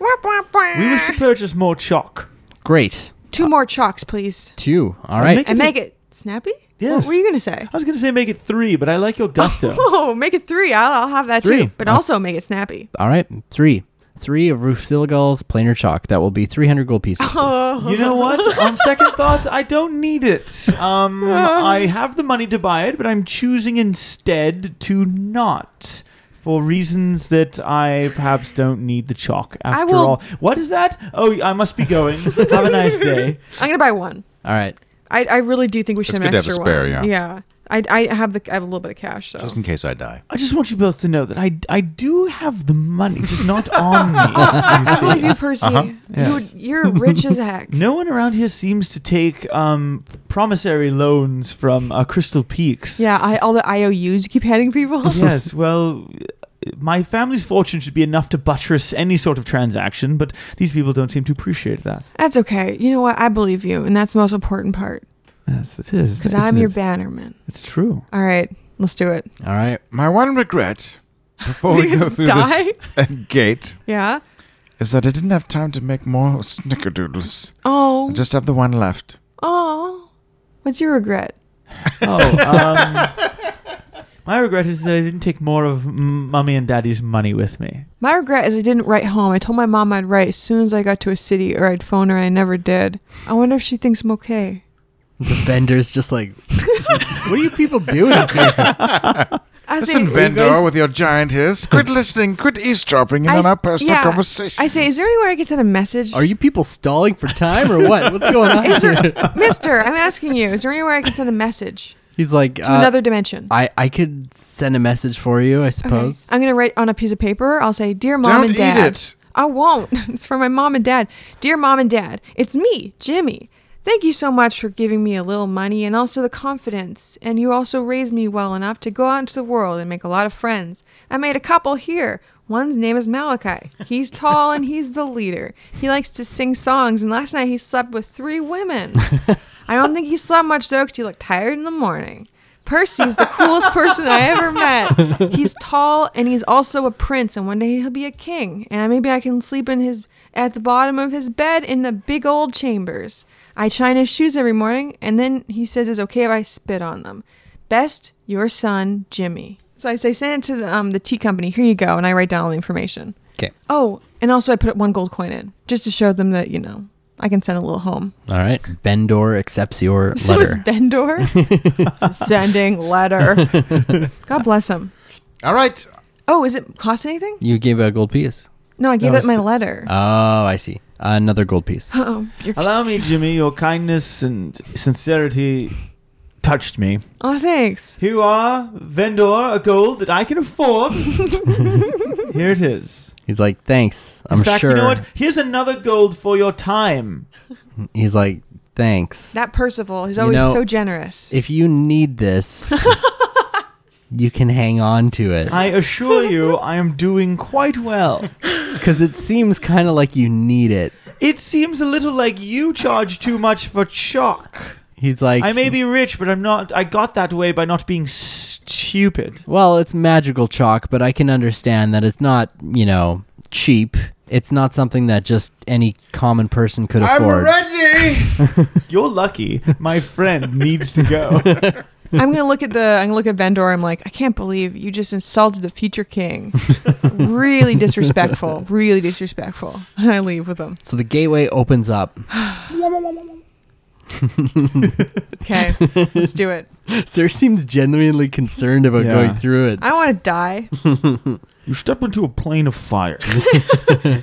We wish to purchase more chalk. Great. Two more chalks, please. Two. All I'll right. make And make it snappy? Yes. What were you going to say? I was going to say make it three, but I like your [laughs] gusto. [laughs] Oh, make it three. I'll, I'll have that Three. too. But Oh. also make it snappy. [laughs] All right. Three. Three of Roof Silgal's planar chalk. That will be 300 gold pieces. please. Oh, you know what? On second thought, I don't need it. [laughs] Um, I have the money to buy it, but I'm choosing instead to not. For reasons that I perhaps don't need the chalk after will- all. What is that? Oh, I must be [laughs] going. Have a nice day. I'm going to buy one. All right. I, I really do think we should It's have an good to have a extra spare, one. yeah. Yeah. I, I have the I have a little bit of cash, so Just in case I die. I just want you both to know that I, I do have the money, just [laughs] not on [laughs] me. I you see. believe you, Percy. E. Yes. You, you're rich as [laughs] heck. No one around here seems to take um, promissory loans from uh, Crystal Peaks. Yeah, I, all the IOUs you keep handing people. yes, well, my family's fortune should be enough to buttress any sort of transaction, but these people don't seem to appreciate that. [laughs] That's okay. You know what? I believe you, and that's the most important part. Yes, it is. Because isn't I'm your it? bannerman. It's [laughs] true. All right, let's do it. All right. My [laughs] one regret before we You go just through die? this uh, [laughs] gate Yeah. is that I didn't have time to make more snickerdoodles. Oh. I just have the one left. oh. What's your regret? Oh, um, my regret is that I didn't take more of m- mommy and daddy's money with me. My regret is I didn't write home. I told my mom I'd write as soon as I got to a city or I'd phone her and I never did. I wonder if she thinks I'm okay. The vendor's just [laughs] like, what are you people doing? Here? I Listen, vendor, guys- with your [laughs] giant ears, quit listening, quit eavesdropping in I on s- our personal yeah. conversation. I say, is there anywhere I could send a message? Are you people stalling for time or what? What's going on here? Mister, I'm asking you, is there anywhere I can send a message He's like, to uh, another dimension? I, I could send a message for you, I suppose. I'm gonna write on a piece of paper. I'll say, "Dear mom Don't and eat dad." it. I won't. [laughs] It's for my mom and dad. Dear mom and dad, it's me, Jimmy. Thank you so much for giving me a little money and also the confidence. And you also raised me well enough to go out into the world and make a lot of friends. I made a couple here. One's name is Malachi. He's tall and he's the leader. He likes to sing songs, and last night he slept with three women. [laughs] I don't think he slept much though because he looked tired in the morning. Percy's the coolest person I ever met. He's tall and he's also a prince, and one day he'll be a king. And maybe I can sleep in his at the bottom of his bed in the big old chambers. I shine his shoes every morning, and then he says it's okay if I spit on them. Best, your son Jimmy. So I say send it to the, um, the tea company. Here you go, and I write down all the information. Okay. Oh, and also I put one gold coin in just to show them that you know I can send a little home. All right. Bendor accepts [laughs] your So is letter. Vendor sending letter. [laughs] God bless him. All right. Oh, is it cost anything? You gave a gold piece. No, I gave No, it my it's- Uh, letter. Oh, I see. Another gold piece. [laughs] oh, you're, Allow me, Jimmy, your kindness and sincerity touched me. oh, thanks. Here you are, vendor, a gold that I can [laughs] afford. Here it is. He's like, thanks. I'm In fact, sure. you know what? Here's another gold for your time. He's like, thanks. That Percival, he's You always know- so generous. if you need [laughs] this, you can hang on to it. I assure you, I am doing quite well. Because it seems kind of like you need it. It seems a little like you charge too much for chalk. He's like, I may be rich, but I'm not. I got that way by not being stupid. Well, it's magical chalk, but I can understand that it's not, you know, cheap. It's not something that just any common person could I'm afford. ready. You're lucky. My friend needs to go. I'm gonna look at the. I'm gonna look at Vendor. I'm like, I can't believe you just insulted the future [laughs] king. really disrespectful. Really disrespectful. And I leave with him. So the gateway opens [laughs] up. Okay, let's do it. Sir seems genuinely concerned about Yeah. going through it. I don't want to die. You step into a plane of fire.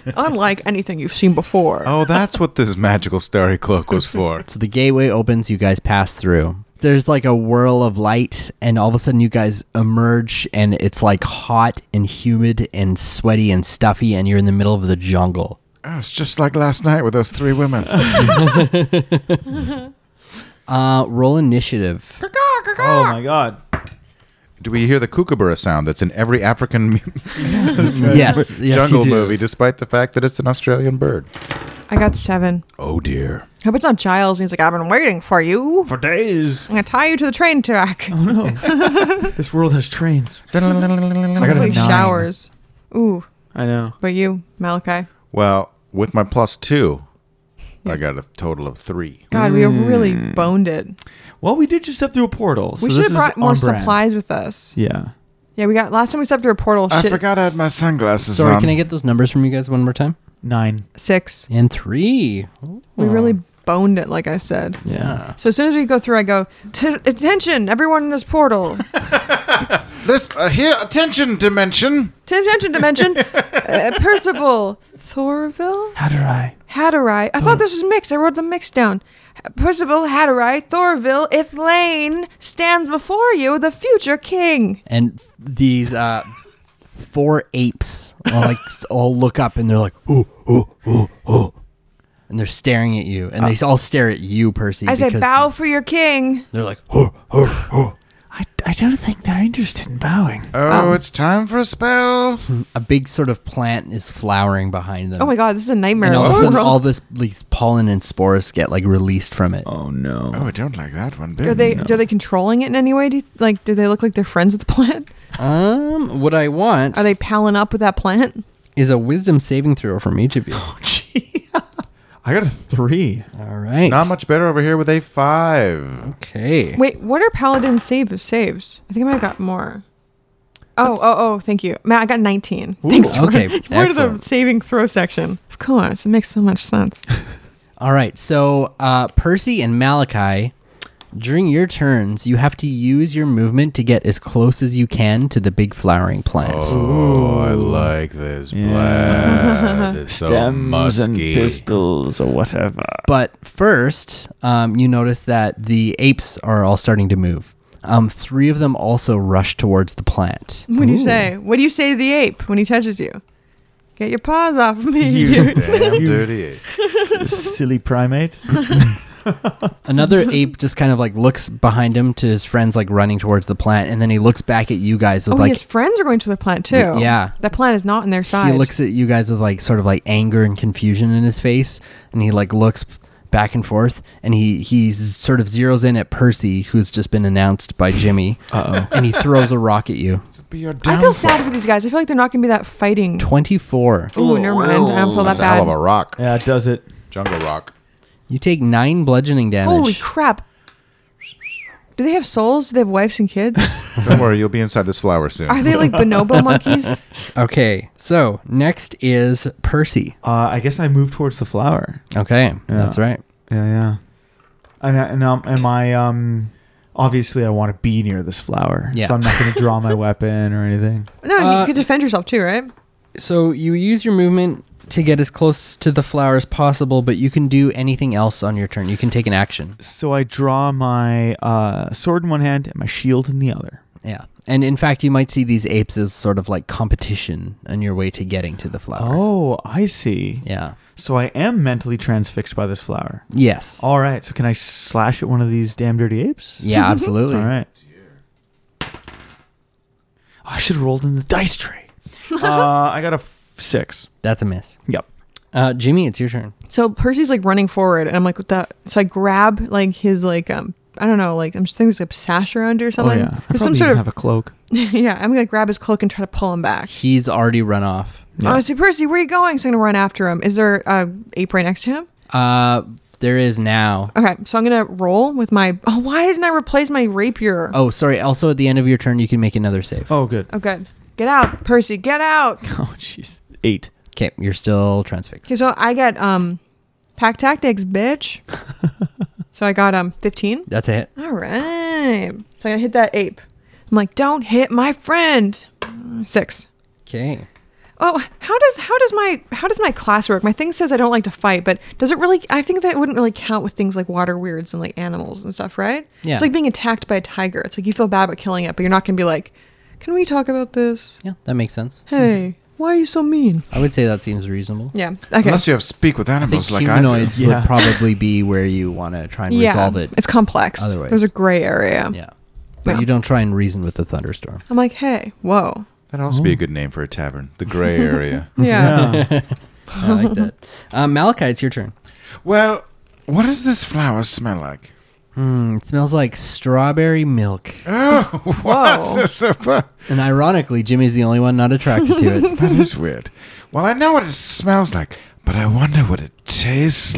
Unlike anything you've seen before. [laughs] Oh, that's what this magical starry cloak was for. So the gateway opens, you guys pass through. There's like a whirl of light, and all of a sudden, you guys emerge, and it's like hot and humid and sweaty and stuffy, and you're in the middle of the jungle. [laughs] Oh, it's just like last night with those three women. Uh, roll initiative. Oh my god. [laughs] do we hear the kookaburra sound that's in every African [laughs] mu- Yes, yes, you jungle do. movie, despite the fact that it's an Australian bird? I got seven. Oh dear. I hope it's not Giles. And he's like, I've been waiting for you. For days. I'm gonna tie you to the train track. Oh no. this world has trains. I got a like nine. showers. Ooh, I know. but you, Malachi. Well, with my plus two, I got a total of three. God, we really Mm. boned it. Well, we did just step through a portal. so We this should have is brought more on brand. supplies with us. Yeah. Yeah, we got last time we stepped through a portal. I shit, forgot I had my sunglasses Sorry, on. can I get those numbers from you guys one more time? Nine. six. And three. Ooh. We really boned it, like I said. Yeah. So as soon as we go through, I go "T- attention, everyone in this portal. This uh, here, attention, dimension. T- attention, [laughs] dimension. Uh, Percival, Thorville, Hadorai. Hatterai. I Hmm. thought this was mixed. I wrote the mix down. Percival, Hatterai, Thorville, Ithlane stands before you, the future king. And f- these uh, four apes all, like s- all look up and they're like, ooh, ooh, ooh, ooh. And they're staring at you. And they s- all stare at you, Percy. I say, because bow for your king. They're like, "Huh, huh, huh." I, I don't think they're interested in bowing. Oh, it's time for a spell. a big sort of plant is flowering behind them. Oh my god, this is a nightmare. And all of a Oh, sudden, roll- all this these pollen and spores get like released from it. Oh no. Oh, I don't like that one. are Bit. they are they controlling it in any way? Do you, like, do they look like they're friends with the plant? Um, what I want Are they palling up with that plant? [gasps] is a wisdom saving throw from each of you. Oh, Gee. I got a three. All right. Not much better over here with a five. Okay. Wait, what are paladin save saves? I think I might have got more. Oh, oh, oh, thank you. Matt, I got 19. Thanks, Jordan. [laughs] okay, We're to the excellent. saving throw section. Of course, it makes so much sense. All right. So, uh, Percy and Malachi, during your turns, you have to use your movement to get as close as you can to the big flowering plant. Oh, I like this Yeah. [laughs] blast. It's so Stems and musky. pistols or whatever. But first, um, you notice that the apes are all starting to move. Um, three of them also rush towards the plant. What do you say? What do you say to the ape when he touches you? Get your paws off me. [laughs] You- [laughs] Damn [laughs] You- dirty. Silly primate. [laughs] Another ape just kind of like looks behind him to his friends like running towards the plant, and then he looks back at you guys oh, with like his friends are going to the plant too. Y- yeah. That plant is not in their side. He looks at you guys with like sort of like anger and confusion in his face, and he like looks back and forth, and he he sort of zeroes in at Percy, who's just been announced by Jimmy, Uh and he throws a rock at you. Be your I feel sad for these guys. I feel like they're not going to be that fighting. Twenty four. Ooh, never mind. I don't feel that That's a hell of a bad. rock. oh. Yeah, it does it. Jungle rock. You take nine bludgeoning damage. Holy crap. Do they have souls? Do they have wives and kids? Don't worry, you'll be inside this flower soon. Are they like bonobo monkeys? okay, so next is Percy. Uh, I guess I move towards the flower. Okay, that's right. Yeah, yeah. And, I- and um, am I um? Obviously, I want to be near this flower, Yeah. so I'm not going to [laughs] draw my weapon or anything. No, Uh, you could defend yourself too, right? So you use your movement to get as close to the flower as possible, but you can do anything else on your turn. You can take an action. So I draw my uh, sword in one hand and my shield in the other. Yeah. And in fact, you might see these apes as sort of like competition on your way to getting to the flower. Oh, I see. Yeah. So I am mentally transfixed by this flower. Yes. All right. So can I slash at one of these damn dirty apes? [laughs] Yeah, absolutely. All right. Oh, I should have rolled in the dice tray. [laughs] uh, I got a f- six. That's a miss. Yep. Uh, Jimmy, it's your turn. So Percy's like running forward, and I'm like, what the? So I grab like his like um. I don't know, like I'm just thinking it's like a sash around or something. Oh, I 'Cause probably some even sort of have a cloak. [laughs] yeah, I'm gonna grab his cloak and try to pull him back. He's already run off. Yeah. Oh, I see Percy, where are you going? So I'm gonna run after him. Is there a ape right next to him? Uh, there is now. Okay, so I'm gonna roll with my. Oh, why didn't I replace my rapier? Oh, sorry. Also, at the end of your turn, you can make another save. Oh, good. oh good. Get out, Percy. Get out. [laughs] Oh, jeez. Eight. Okay, you're still transfixed. Okay, so I get um, pack tactics, bitch. so I got um, 15. That's a hit. All right. So I'm gonna hit that ape. I'm like, don't hit my friend. Six. Okay. Oh, how does how does my how does my class work? My thing says I don't like to fight, but does it really? I think that it wouldn't really count with things like water weirds and like animals and stuff, right? Yeah. It's like being attacked by a tiger. It's like you feel bad about killing it, but you're not gonna be like, can we talk about this? Yeah, that makes sense. Hey, Hmm. why are you so mean? I would say that seems reasonable. Yeah. Okay. Unless you have speak with I think animals like I do. humanoids Yeah. would probably be where you want to try and yeah. resolve it. It's complex. otherwise. There's a gray area. Yeah. But Yeah. you don't try and reason with the thunderstorm. I'm like, hey, whoa. That'd also be a good name for a tavern. The [laughs] gray area. Yeah. I like [laughs] that. Uh, Malachi, it's your turn. well, what does this flower smell like? Mm, it smells like strawberry milk. Oh, what's [laughs] Whoa. this? about- And ironically, Jimmy's the only one not attracted [laughs] to it. That is weird. Well, I know what it smells like, but I wonder what it tastes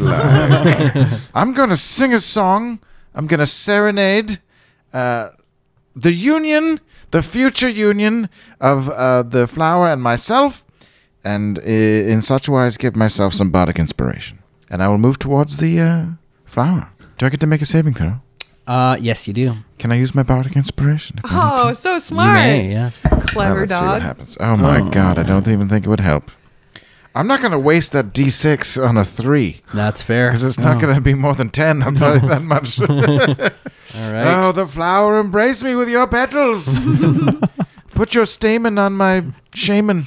[laughs] like. I'm going to sing a song. I'm going to serenade uh, the union, the future union of uh, the flower and myself, and uh, in such wise give myself some bardic inspiration. And I will move towards the uh, flower. Do I get to make a saving throw? Uh, yes, you do. You Can I use my bardic inspiration? if I need to? oh, so smart. may, yes. Now Clever let's see what dog. happens. Oh my Oh. god, I don't even think it would help. I'm not going to waste that d6 on a 3 That's fair. because it's not No. going to be more than 10, I'll tell you that [laughs] much. All right. oh, the flower, embrace me with [laughs] your petals. Put your stamen on my shaman.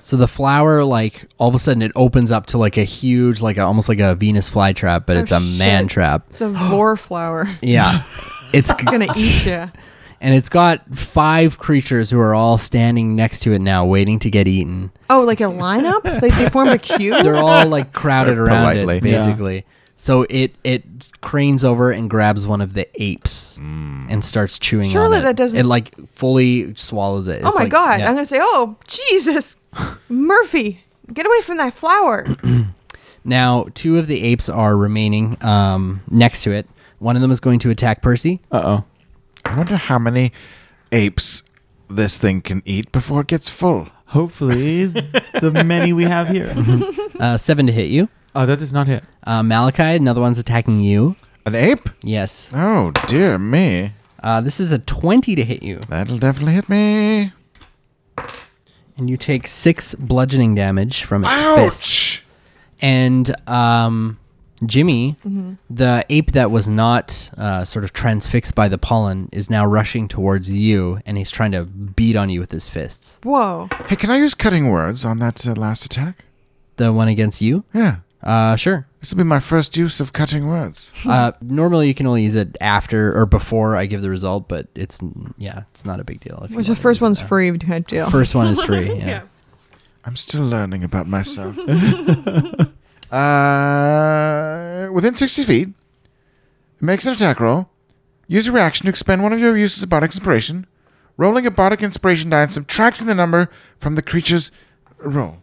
So the flower, like, all of a sudden it opens up to like a huge, like a, almost like a Venus flytrap, but Oh, it's a man shit. trap. It's a vor flower. [gasps] [laughs] Yeah. It's It's gonna eat you. and it's got five creatures who are all standing next to it now, waiting to get eaten. Oh, like a lineup? like they [laughs] formed a queue? They're all like crowded around Politely. it, basically. So it it cranes over and grabs one of the apes and starts chewing Surely on it. that doesn't- It like fully swallows it. oh It's my like- god. [laughs] yeah. I'm gonna say, Oh, Jesus Murphy, get away from that flower. Now, two of the apes are remaining um, next to it. One of them is going to attack [laughs] Percy. Uh oh. I wonder how many apes this thing can eat before it gets full. Hopefully, the many we have here. Uh, seven to hit you. Oh, that does not hit. Uh, Malachi, another one's attacking you. An ape? Yes. Oh dear me. Uh, this is a 20 to hit you. That'll definitely hit me. And you take six bludgeoning damage from its fist. Ouch! And um, Jimmy, Mm-hmm. the ape that was not uh, sort of transfixed by the pollen, is now rushing towards you and he's trying to beat on you with his fists. Whoa. Hey, can I use cutting words on that uh, last attack? The one against you? Yeah. Uh, [laughs] sure. This will be my first use of cutting words. Uh, normally, you can only use it after or before I give the result, but it's yeah, it's not a big deal. if you Which the wanna use first it one's there. free type deal. [laughs] First one is free. Yeah. I'm still learning about myself. uh, within 60 feet, makes an attack roll. Use your reaction to expend one of your uses of bardic inspiration. Rolling a bardic inspiration die and subtracting the number from the creature's roll.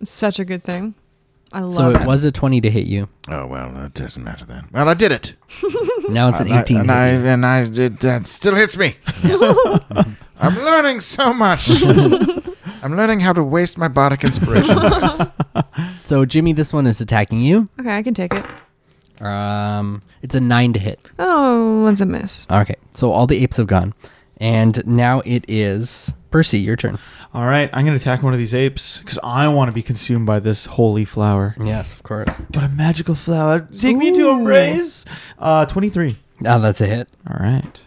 It's such a good thing. I love So it. it was a twenty to hit you. Oh well, it doesn't matter then. Well, I did it. Now it's an And I- eighteen. and to I hit you. and I did that. Still hits me. [laughs] I'm learning so much. [laughs] I'm learning how to waste my bardic inspiration. So Jimmy, this one is attacking you. okay, I can take it. Um, it's a nine to hit. Oh, that's a miss. Okay, so all the apes have gone, and now it is Percy. Your turn. All right, I'm going to attack one of these apes because I want to be consumed by this holy flower. Yes, of course. What a magical flower. Take me to a raise. Uh, 23. Oh, that's a hit. All right.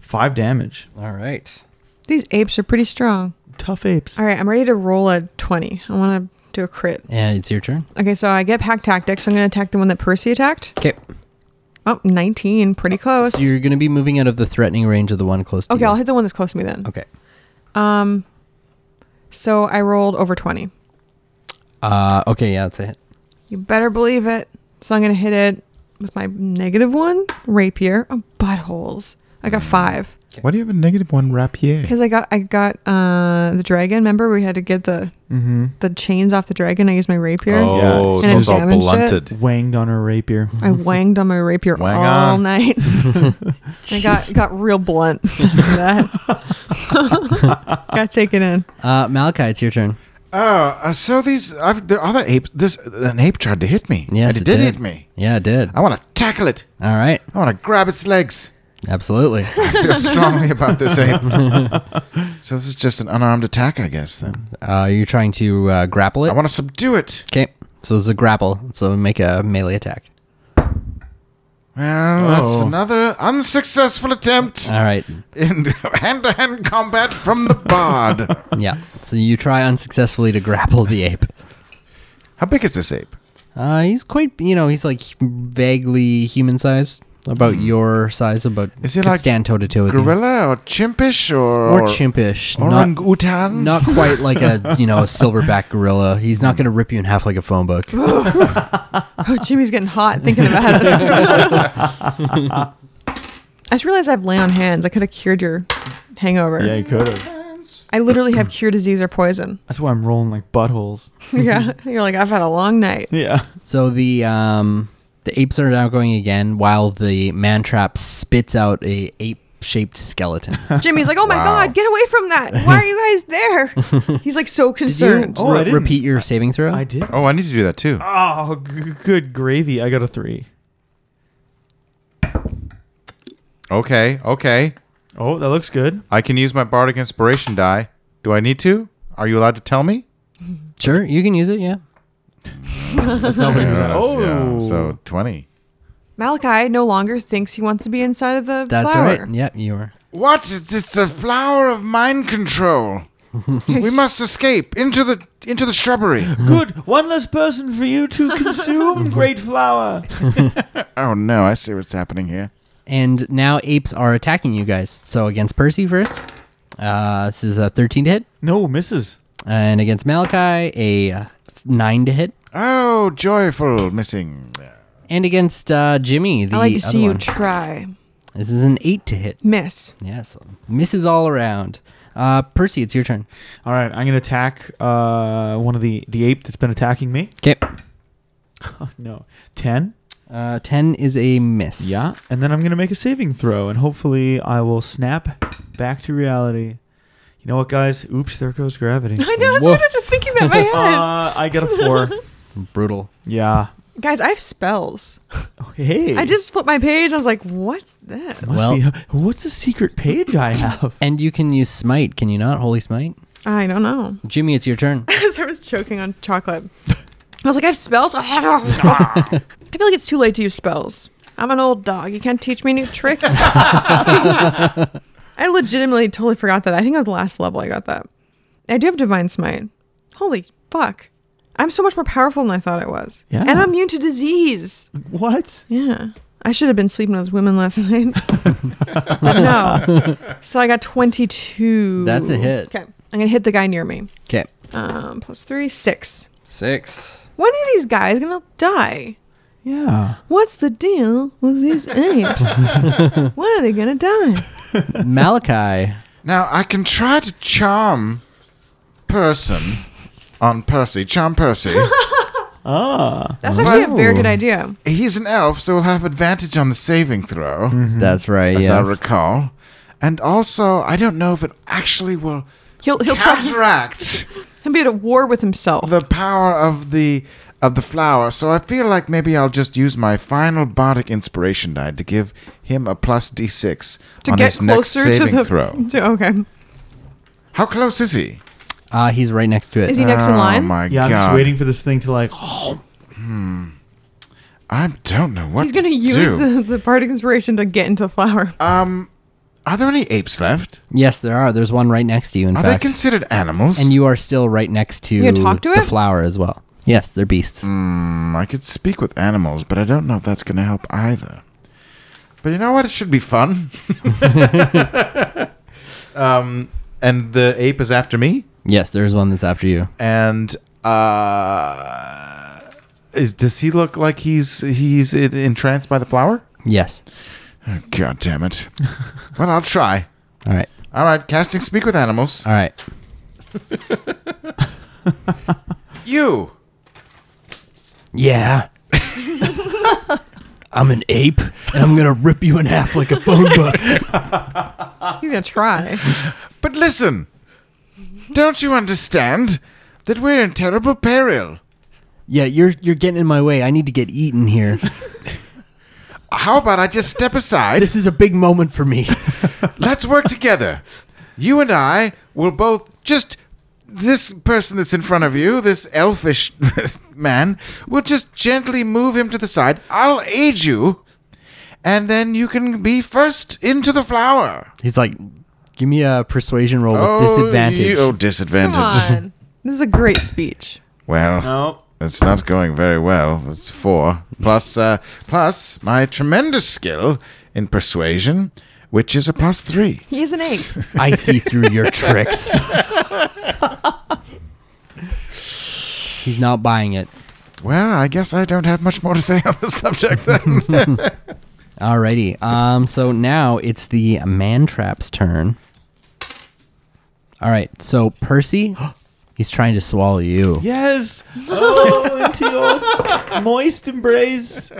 Five damage. All right. These apes are pretty strong. Tough apes. All right, I'm ready to roll a 20. I want to do a crit. And it's your turn. Okay, so I get pack tactics. So I'm going to attack the one that Percy attacked. Okay, Oh, 19. Pretty close. so you're going to be moving out of the threatening range of the one close to Oh, okay, you. I'll hit the one that's close to me then. Okay. Um, so I rolled over 20. Uh, okay, yeah, that's a hit. You better believe it. So I'm going to hit it with my negative one rapier. Oh, buttholes. I got five. Why do you have a negative one rapier? Because I got I got uh the dragon. Remember we had to get the Mm-hmm. the chains off the dragon. I used my rapier. Oh. Yeah. And it's damaged Wanged on her rapier. I wanged on my rapier Wang all [laughs] on. [laughs] night. I got got real blunt [laughs] after that. [laughs] got taken in. Uh, Malachi, it's your turn. Oh, uh, so these I've, there are other apes. This an ape tried to hit me. and Yes, it, it did, did. hit me. Yeah, it did. I want to tackle it. All right. I want to grab its legs. [laughs] Absolutely. I feel strongly about this ape. so this is just an unarmed attack, I guess. Then Uh, you're trying to uh, grapple I it. want to subdue it. Okay. So it's a grapple. So make a melee attack. Well, that's Oh. another unsuccessful attempt All right. in [laughs] hand-to-hand combat from the bard. Yeah. So you try unsuccessfully to grapple the ape. How big is this ape? Uh, he's quite, you know, he's like vaguely human sized, about your size, about Hmm. Is he could like stand toe to toe with you. Gorilla or chimpish or Or chimpish. Not, orangutan? not quite like a, you [laughs] know, a silverback gorilla. He's not going to rip you in half like a phone book. Oh, Jimmy's getting hot thinking [laughs] about it. I just realized I have lay on hands. I could have cured your hangover. Yeah, you could have. I literally [clears throat] have cure disease or poison. [laughs] That's why I'm rolling like buttholes. yeah. Mm. You're like, I've had a long [laughs] night. Yeah. So the um the apes are now going again while the man trap spits out a ape [laughs] shaped skeleton. Jimmy's like, oh my Wow. God, get away from that. Why are you guys [laughs] there? He's like so Did you concerned. Oh, I re- didn't. repeat your saving throw? I did. Oh, I need to do that too. Oh, g- good gravy. I got a three. Okay, okay. Oh, that looks good. I can use my bardic inspiration die. Do I need to? Are you allowed to tell me? Sure, you can use it, yeah. Yeah, Oh. yeah, so twenty. Malachi no longer thinks he wants to be inside of the That's flower. right. Yep, you are. What? It's the flower of mind control. we must escape into the into the shrubbery. Good. One less person for you to [laughs] consume, great flower. Oh no, I see what's happening here. And now apes are attacking you guys. So against Percy first. Uh, this is a 13 to hit. No, misses. And against Malachi, a uh, 9 to hit. Oh, joyful missing. And against uh, Jimmy, the I like to other see you one. try. this is an 8 to hit. [laughs] Miss. Yes. Misses all around. Uh, Percy, it's your turn. All right, I'm gonna attack uh, one of the the ape that's been attacking me. Okay. Oh, no, ten. Uh, 10 is a miss. Yeah, and then I'm gonna make a saving throw, and hopefully I will snap back to reality. You know what, guys? Oops, there goes [laughs] gravity. I know. That's Woof. what I'm thinking that in my head. [laughs] Uh, I got a [laughs] four. Brutal. yeah. Guys, I have spells. Oh, hey. I just flipped my page. I was like, what's this? Must Well- be- what's the secret page I have? And you can use smite, can you not? Holy smite. I don't know. Jimmy, it's your turn. [laughs] As I was choking on chocolate, I was like, I have spells. [laughs] I feel like it's too late to use spells. I'm an old dog. You can't teach me new tricks. [laughs] I legitimately totally forgot that. I think that was the last level I got that. I do have Divine Smite. Holy fuck. I'm so much more powerful than I thought I was. Yeah. And I'm immune to disease. [laughs] What? Yeah. I should have been sleeping with women last [laughs] night. but no. So I got 22. That's a hit. Okay. I'm going to hit the guy near me. Okay. Um, plus three, six. Six. When are these guys going to die? Yeah. What's the deal with these apes? when are they going to die? [laughs] Malachi. Now I can try to charm person on Percy. Charm Percy. Ah. That's actually a very good Ooh. idea. He's an elf, so he'll have advantage on the saving throw, That's right. as I yes. recall. And also, I don't know if it actually will He'll, he'll try. [laughs] counteract He'll be at a war with himself. the power of the of the flower. So I feel like maybe I'll just use my final bardic inspiration die to give him a plus d6 to on get his next closer to saving the. throw. [laughs] to- okay. How close is he? uh, he's right next to it. Is he next in oh line? my Yeah, I'm god! just waiting for this thing to like. [gasps] I don't know what He's going to to use do. the, the bardic inspiration to get into the flower. Um, are there any apes left? yes, there are. There's one right next to you, in Are fact. they considered animals? and you are still right next to, You can talk to the it? flower as well. Yes, they're beasts. Mm, I could speak with animals, but I don't know if that's going to help either. But you know what? It should be fun. um, and the ape is after me, Yes, there's one that's after you. and uh, is does he look like he's he's en- entranced by the flower? Yes. Oh, God damn it! well, I'll try. All right. All right, casting speak with animals. All right. You. [laughs] Yeah. I'm an ape, and I'm gonna rip you in half like a phone [laughs] book. [laughs] He's going to try. But listen, don't you understand that we're in terrible peril? yeah, you're you're getting in my way. I need to get eaten here. How about I just step aside? [laughs] [laughs] This is a big moment for me. Let's work together. You and I will both just this person that's in front of you, this elfish [laughs] man, will just gently move him to the side. I'll aid you, and then you can be first into the flower. He's like, give me a persuasion roll with Oh, disadvantage. you- oh, Come disadvantage. on. This is a great speech. Well, No. it's not going very well. It's four plus uh, plus my tremendous skill in persuasion, which is a plus three. He is an [laughs] ape. I see through your tricks. He's not buying it. Well, I guess I don't have much more to say on the subject then. Alrighty. Um. So now it's the man trap's turn. All right. So Percy, [gasps] he's trying to swallow you. Yes. Oh, into your moist embrace.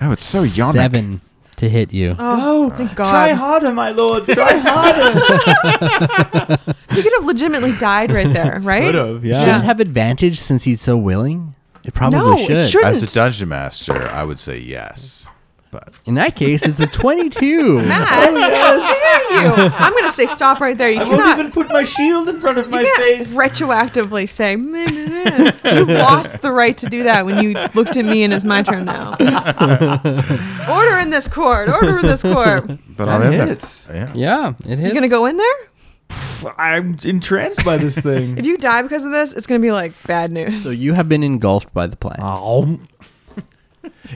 oh, it's so yawning. Seven to hit you. Oh, thank Try God. harder, my lord. Try harder. He could have legitimately died right [laughs] there, right? Could have, yeah. Should it have advantage since he's so willing? It probably No, should. it shouldn't. As a dungeon master, I would say yes. But In that [laughs] case, it's a twenty-two. Matt, how dare you? I'm going to say stop right there. You I won't cannot, even put my shield in front of my you can't face. retroactively say, "Meh, meh, meh." you lost the right to do that when you looked at me and it's my turn now. order in this court. Order in this court. But That I'll end hits. that. Yeah. yeah, it hits. You going to go in there? I'm entranced by [laughs] this If thing. you die because of this, it's going to be like bad news. So [laughs] you have been engulfed by the plan. Ow.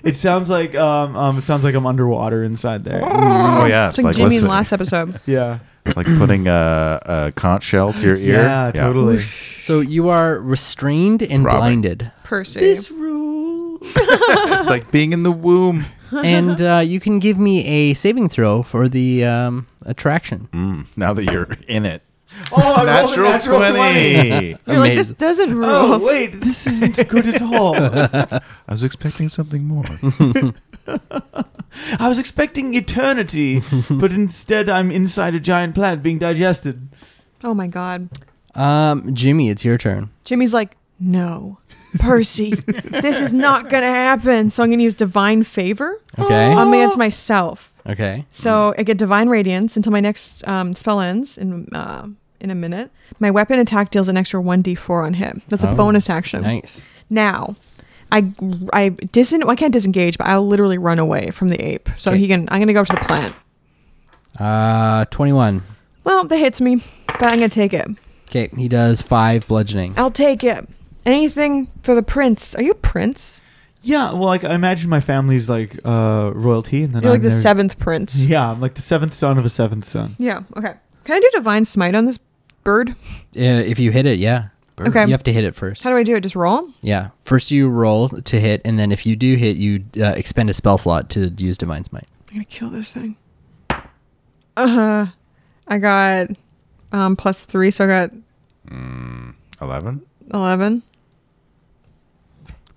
It sounds like um, um, it sounds like I'm underwater inside there. Oh yeah, It's like Jimmy in the last episode. Yeah. it's like putting a, a conch shell to your ear. Yeah, totally. So you are restrained and Throbbing. blinded, Percy. This rule. It's like being in the womb. [laughs] and uh, you can give me a saving throw for the um, attraction. Mm, Now that you're in it. [laughs] Oh, I Natural, 20. You're like, this doesn't rule. Oh, wait, this isn't good at all. I was expecting something more. [laughs] Hmm. I was expecting eternity, but instead I'm inside a giant plant being digested. oh my God. Um, Jimmy, it's your turn. Jimmy's like, no, Percy, this is not going to happen. So I'm going to use divine favor Okay. on me. That's myself. Okay. So Hmm. I get divine radiance until my next um, spell ends in uh, in a minute. My weapon attack deals an extra one d4 on hit. That's a Oh, bonus action. Nice. Now, I I disen well, I can't disengage, but I'll literally run away from the ape. So Okay. he can. I'm gonna go to the plant. Uh, 21. Well, that hits me, but I'm gonna take it. Okay, he does five bludgeoning. Uh, I'll take it. Anything for the prince? Are you a prince? Yeah, well, like I imagine my family's like uh, royalty, and then You're I'm like the their- seventh prince. Yeah, I'm like the seventh son of a seventh son. Yeah. Okay. Can I do divine smite on this bird? Uh, if you hit it, yeah. Okay. You have to hit it first. How do I do it? Just roll. Yeah. First you roll to hit, and then if you do hit, you uh, expend a spell slot to use Divine Smite. I'm gonna kill this thing. Uh huh. I got um plus three, so I got 11? [gasps] eleven.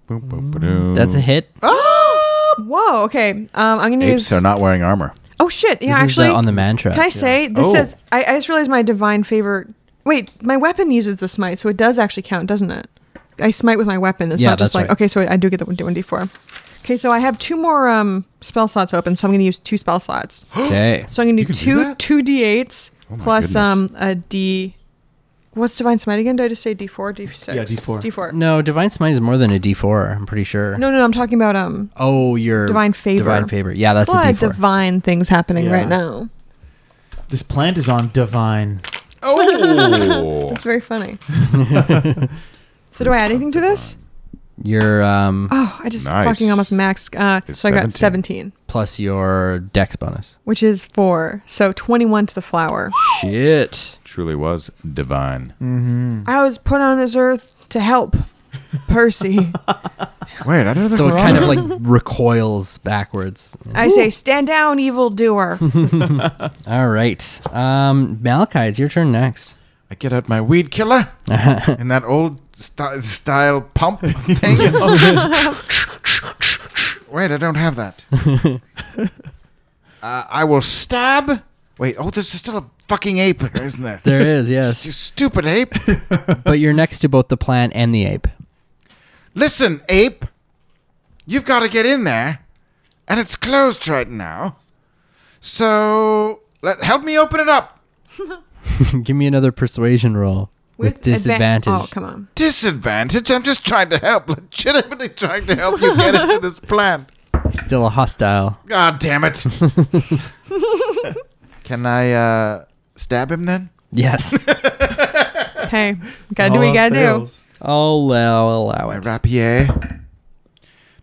Boom, boom, ba-doom. That's a hit. Ah! Whoa. Okay. Um, I'm gonna Apes use. are not wearing armor. [gasps] Oh shit! Yeah, this actually, is uh, on the [gasps] mantra. can I say this Oh. says I, I just realized my divine favor. Wait, my weapon uses the smite, so it does actually count, doesn't it? I smite with my weapon. It's Yeah, not just that's like right. okay, so I do get the one d four. Okay, so I have two more um spell slots open, so I'm gonna use two spell slots. Okay. So I'm gonna You can do do two that? two d8s Oh my plus goodness. um a d. What's divine smite again? Did I just say d4, d6? Yeah, D4. D4. No, No, Divine Smite is more than a D4. I'm pretty sure. no, no. I'm talking about um. Oh, your Divine favor. Divine favor. Yeah, that's a lot a of D4. divine things happening Yeah. right now. This plant is on divine. [laughs] Oh! That's very funny. so do I add anything to this? your um Oh, I just Nice. fucking almost maxed. Uh, It's so I got 17. 17, plus your Dex bonus. which is four. So 21 to the flower. Shit. Truly was divine. Mm-hmm. I was put on this earth to help Percy. Wait, I don't So it kind of like [laughs] recoils backwards. I say, stand down, evildoer. All right. Um, Malachi, it's your turn next. I get out my weed killer and that old sty style pump thing. Wait, I don't have that. uh, I will stab. Wait, oh, there's still a fucking ape here, isn't there? There is, Just [laughs] yes. You stupid ape. but you're next to both the plant and the ape. [laughs] Listen, ape. You've got to get in there. And it's closed right now. So, let, help me open it up. Give me another persuasion roll with, advan- disadvantage. oh, come on. Disadvantage? I'm just trying to help. Legitimately trying to help you get into this plant. He's still a hostile. God [laughs] damn it. Can I uh, stab him then? Yes. Hey, gotta do what you gotta do. I'll allow, allow My it. rapier.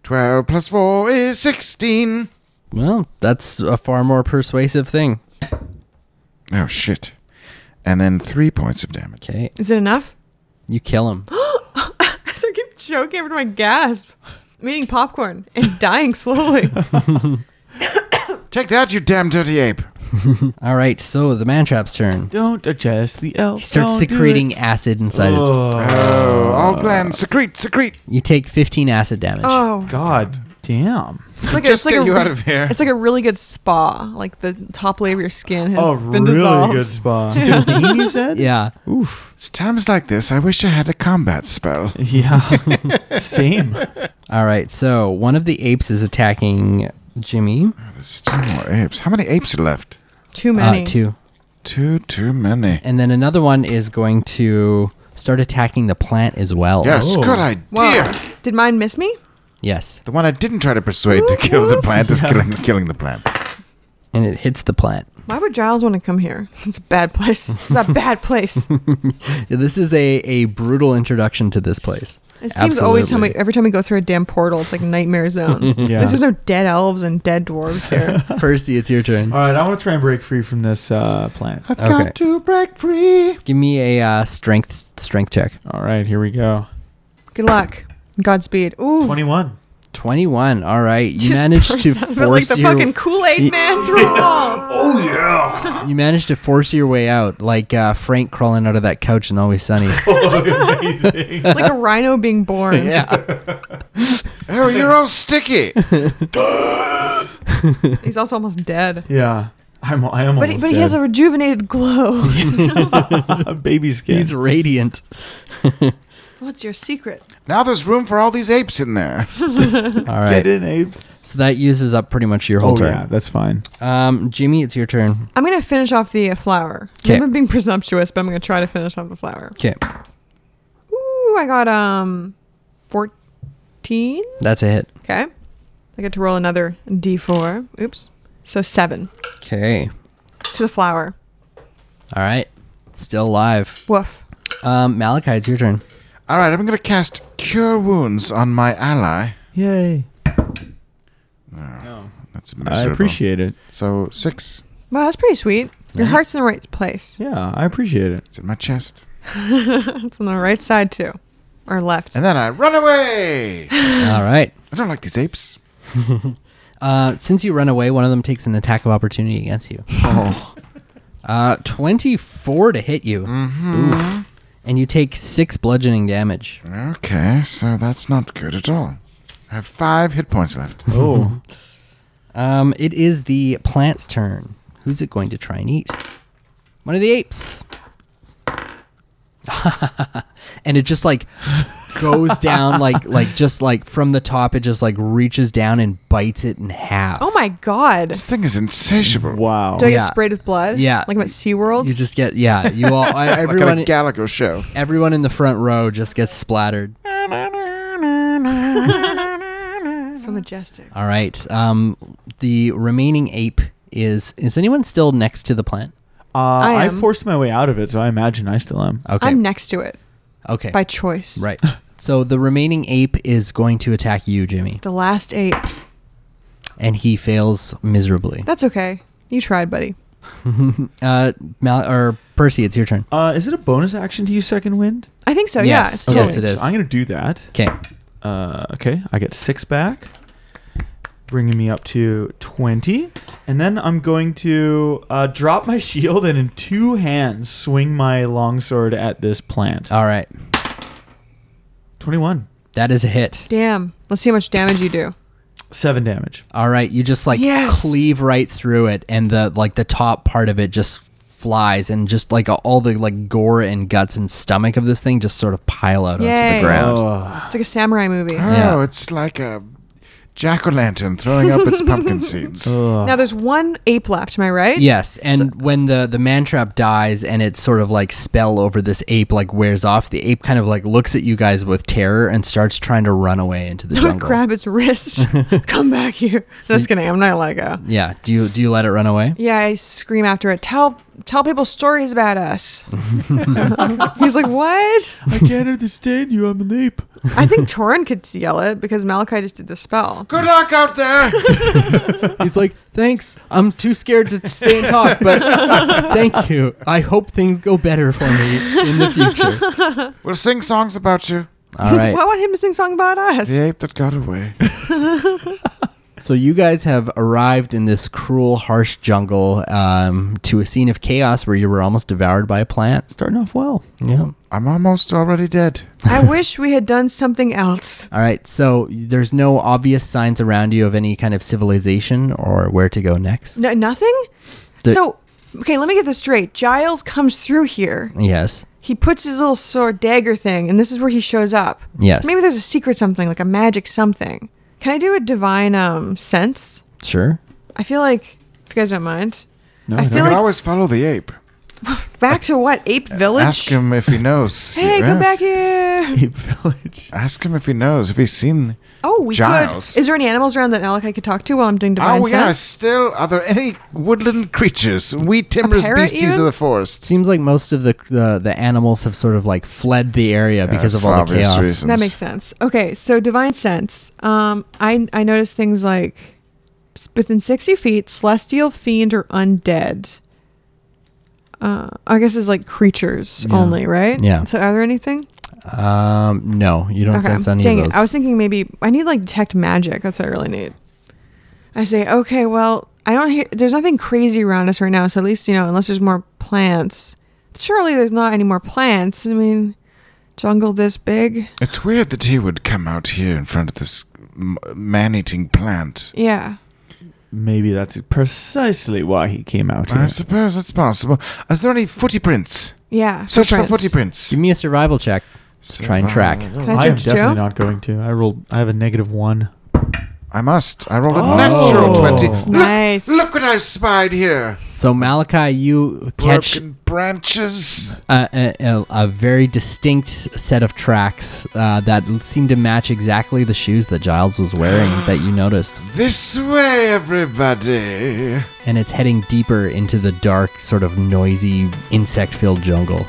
12 plus 4 is 16. Well, that's a far more persuasive thing. Oh, shit. And then three points of damage. Okay. Is it enough? [laughs] You kill him. I still keep choking over my gasp. I'm eating popcorn and [laughs] dying slowly. Take that, you damn dirty ape. All right. So the mantrap's turn. Don't digest the elf. He starts don't do secreting it. acid inside it. Oh, all glands, secrete, secrete. You take 15 acid damage. Oh, God damn. it's like a, Just it's like get a you re- out of here. It's like a really good spa. Like the top layer of your skin has A been Oh, really dissolved. good spa. [laughs] 15, you said? Yeah. It's times like this, I wish I had a combat [laughs] spell. Yeah. [laughs] Same. All right. So one of the apes is attacking Jimmy. There's still more apes. How many apes are left? Too many. Uh, two. Too, too many. And then another one is going to start attacking the plant as well. Yes, Oh. good idea. Whoa. Did mine miss me? Yes. The one I didn't try to persuade to kill the [laughs] plant is killing, killing the plant. And it hits the plant. Why would Giles want to come here? [laughs] It's a bad place. It's a bad place. It This is a, a brutal introduction to this place. seems always time we, Absolutely. every time we go through a damn portal, it's like nightmare zone. Yeah. There's just no dead elves and dead dwarves [laughs] here. Percy, it's your turn. All right, I want to try and break free from this uh, plant. I've Okay. got to break free. Give me a uh, strength strength check. All right, here we go. [laughs] Good luck. Godspeed. Ooh, 21. 21. All right. [laughs] You managed to Sounds force like the your [laughs] fucking Kool Aid man through a wall. you managed to force your way out like uh, Frank crawling out of that couch in Always Sunny. like a rhino being born. [laughs] yeah. Oh, you're all sticky. He's also almost dead. Yeah. I'm, I am But, he, almost but he has a dead. rejuvenated glow. [laughs] baby skin. He's radiant. What's your secret? Now there's room for all these apes in there. All Get Oh, right. in, apes. So that uses up pretty much your whole turn. that's fine. Um, Jimmy, it's your turn. I'm going to finish off the uh, flower. 'Kay. I'm being presumptuous, but I'm going to try to finish off the flower. Okay. Ooh, I got um 14. That's a hit. Okay. I get to roll another d4. Oops. So 7 Okay. to the flower. All right. Still alive. Woof. Um, Malachi, it's your turn. All right, I'm going to cast Cure Wounds on my ally. Oh, Yay. That's I miserable. appreciate it. So six. Wow, that's pretty sweet. Your Yeah. heart's in the right place. Yeah, I appreciate [laughs] it. It's in my chest. It's on the right side too. Or left. And then I run away. I All right. don't like these apes. Uh, since you run away, one of them takes an attack of opportunity against you. Uh, 24 to hit you. Oof. And you take six bludgeoning damage. Okay, so that's not good at all. I have five hit points left. Oh. Um, it is the plant's turn. Who's it going to try and eat? One of the apes. [laughs] and it just like goes [laughs] down like like just like from the top it just like reaches down and bites it in half. Oh my god. This thing is insatiable. [laughs] wow. Do I get Oh, yeah. sprayed with blood? Yeah. Like I'm at SeaWorld? You just get yeah, [laughs] you all I, Like at everyone a Gallagher show. everyone in the front row just gets splattered. so majestic. All right. Um the remaining ape is is anyone still next to the plant? Uh, I, am. forced my way out of it, so I imagine I still am. Okay. I'm next to it okay. by choice. Right. So the remaining ape is going to attack you, Jimmy, The last ape. and he fails miserably. That's okay. You tried, buddy. [laughs] Uh, Mal- or Percy, it's your turn. Uh, is it a bonus action to use second wind? I think so. Yes. Yeah. It's Okay. totally. Yes, it is. So I'm gonna do that. Okay. Uh, okay, I get six back, bringing me up to twenty, and then I'm going to uh, drop my [laughs] shield and in two hands swing my longsword at this plant. All right. Twenty-one, That is a hit. Damn. Let's see how much damage you do. seven damage. All right. You just like Yes. cleave right through it, and the like the top part of it just flies, and just like all the like gore and guts and stomach of this thing just sort of pile out onto Yay. the ground. Oh, It's like a samurai movie. Oh, Yeah. it's like a jack o' lantern throwing up its pumpkin seeds. Now there's one ape left, am I right? Yes, and when the the man trap dies and it's sort of like spell over this ape like wears off, the ape kind of like looks at you guys with terror and starts trying to run away [laughs] into the I'm gonna jungle. grab its [laughs] wrist. Come back here. Just kidding. I'm not let go. Yeah. Do you do you let it run away? Yeah, I scream after it. Tell tell people stories about [laughs] us. [laughs] He's like, what? I can't understand you. I'm an ape. I think Torin could yell it because Malachi just did the spell. Good luck out there. He's like, "Thanks. I'm too scared to stay and talk, but thank you. I hope things go better for me in the future." we'll sing songs about you. All [laughs] I right. want him to sing song about us. The ape that got away. So you guys have arrived in this cruel, harsh jungle um, to a scene of chaos where you were almost devoured by a plant. Starting off well. Yeah. [laughs] I'm almost already dead. I wish we had done something else. All right. So there's no obvious signs around you of any kind of civilization or where to go next. No, nothing? The- so, okay, let me get this straight. Giles comes through here. Yes. He puts his little sword dagger thing, and this is where he shows up. Yes. Maybe there's a secret something, like a magic something. Can I do a divine um sense? Sure. I feel like if you guys don't mind. No, I I feel You don't. can like- always follow the ape. Back to what? Ape Village? Ask him if he [laughs] knows. Hey, come Yes. back here. ape village. Ask him if he knows. If he's seen. Oh, we Giles. could. Is there any animals around that Alec I could talk to while I'm doing divine oh yeah, sense? still. Are there any woodland creatures? We timorous parrot beasties even? of the forest. Seems like most of the, the the animals have sort of like fled the area Yes, because of for all the obvious chaos. reasons. That makes sense. Okay, so divine sense. Um, I I notice things like s- within sixty feet, celestial, fiend, or undead. Uh, I guess it's like creatures only, right? Yeah. So are there anything? Um, no, you don't sense any Dang of those. it. I was thinking maybe I need like detect magic. That's what I really need. I say, okay, well, I don't hear there's nothing crazy around us right now, so at least, you know, unless there's more plants. Surely there's not any more plants. I mean, jungle this big. It's weird that he would come out here in front of this m- man-eating plant. Yeah. Maybe that's precisely why he came out here. I suppose it's possible. Is there any footy prints? Yeah. Search for footprints. footy prints. Give me a survival check. try and track. Can I I am search Joe? definitely not going to. I rolled. I have a negative one. I must. I rolled a Oh. natural twenty. nice. Look what I've spied here. So Malachi, you catch Broken branches. a, a, a, a very distinct set of tracks uh, that seem to match exactly the shoes that Giles was wearing that you noticed, This way, everybody. and it's heading deeper into the dark, sort of noisy, insect-filled jungle.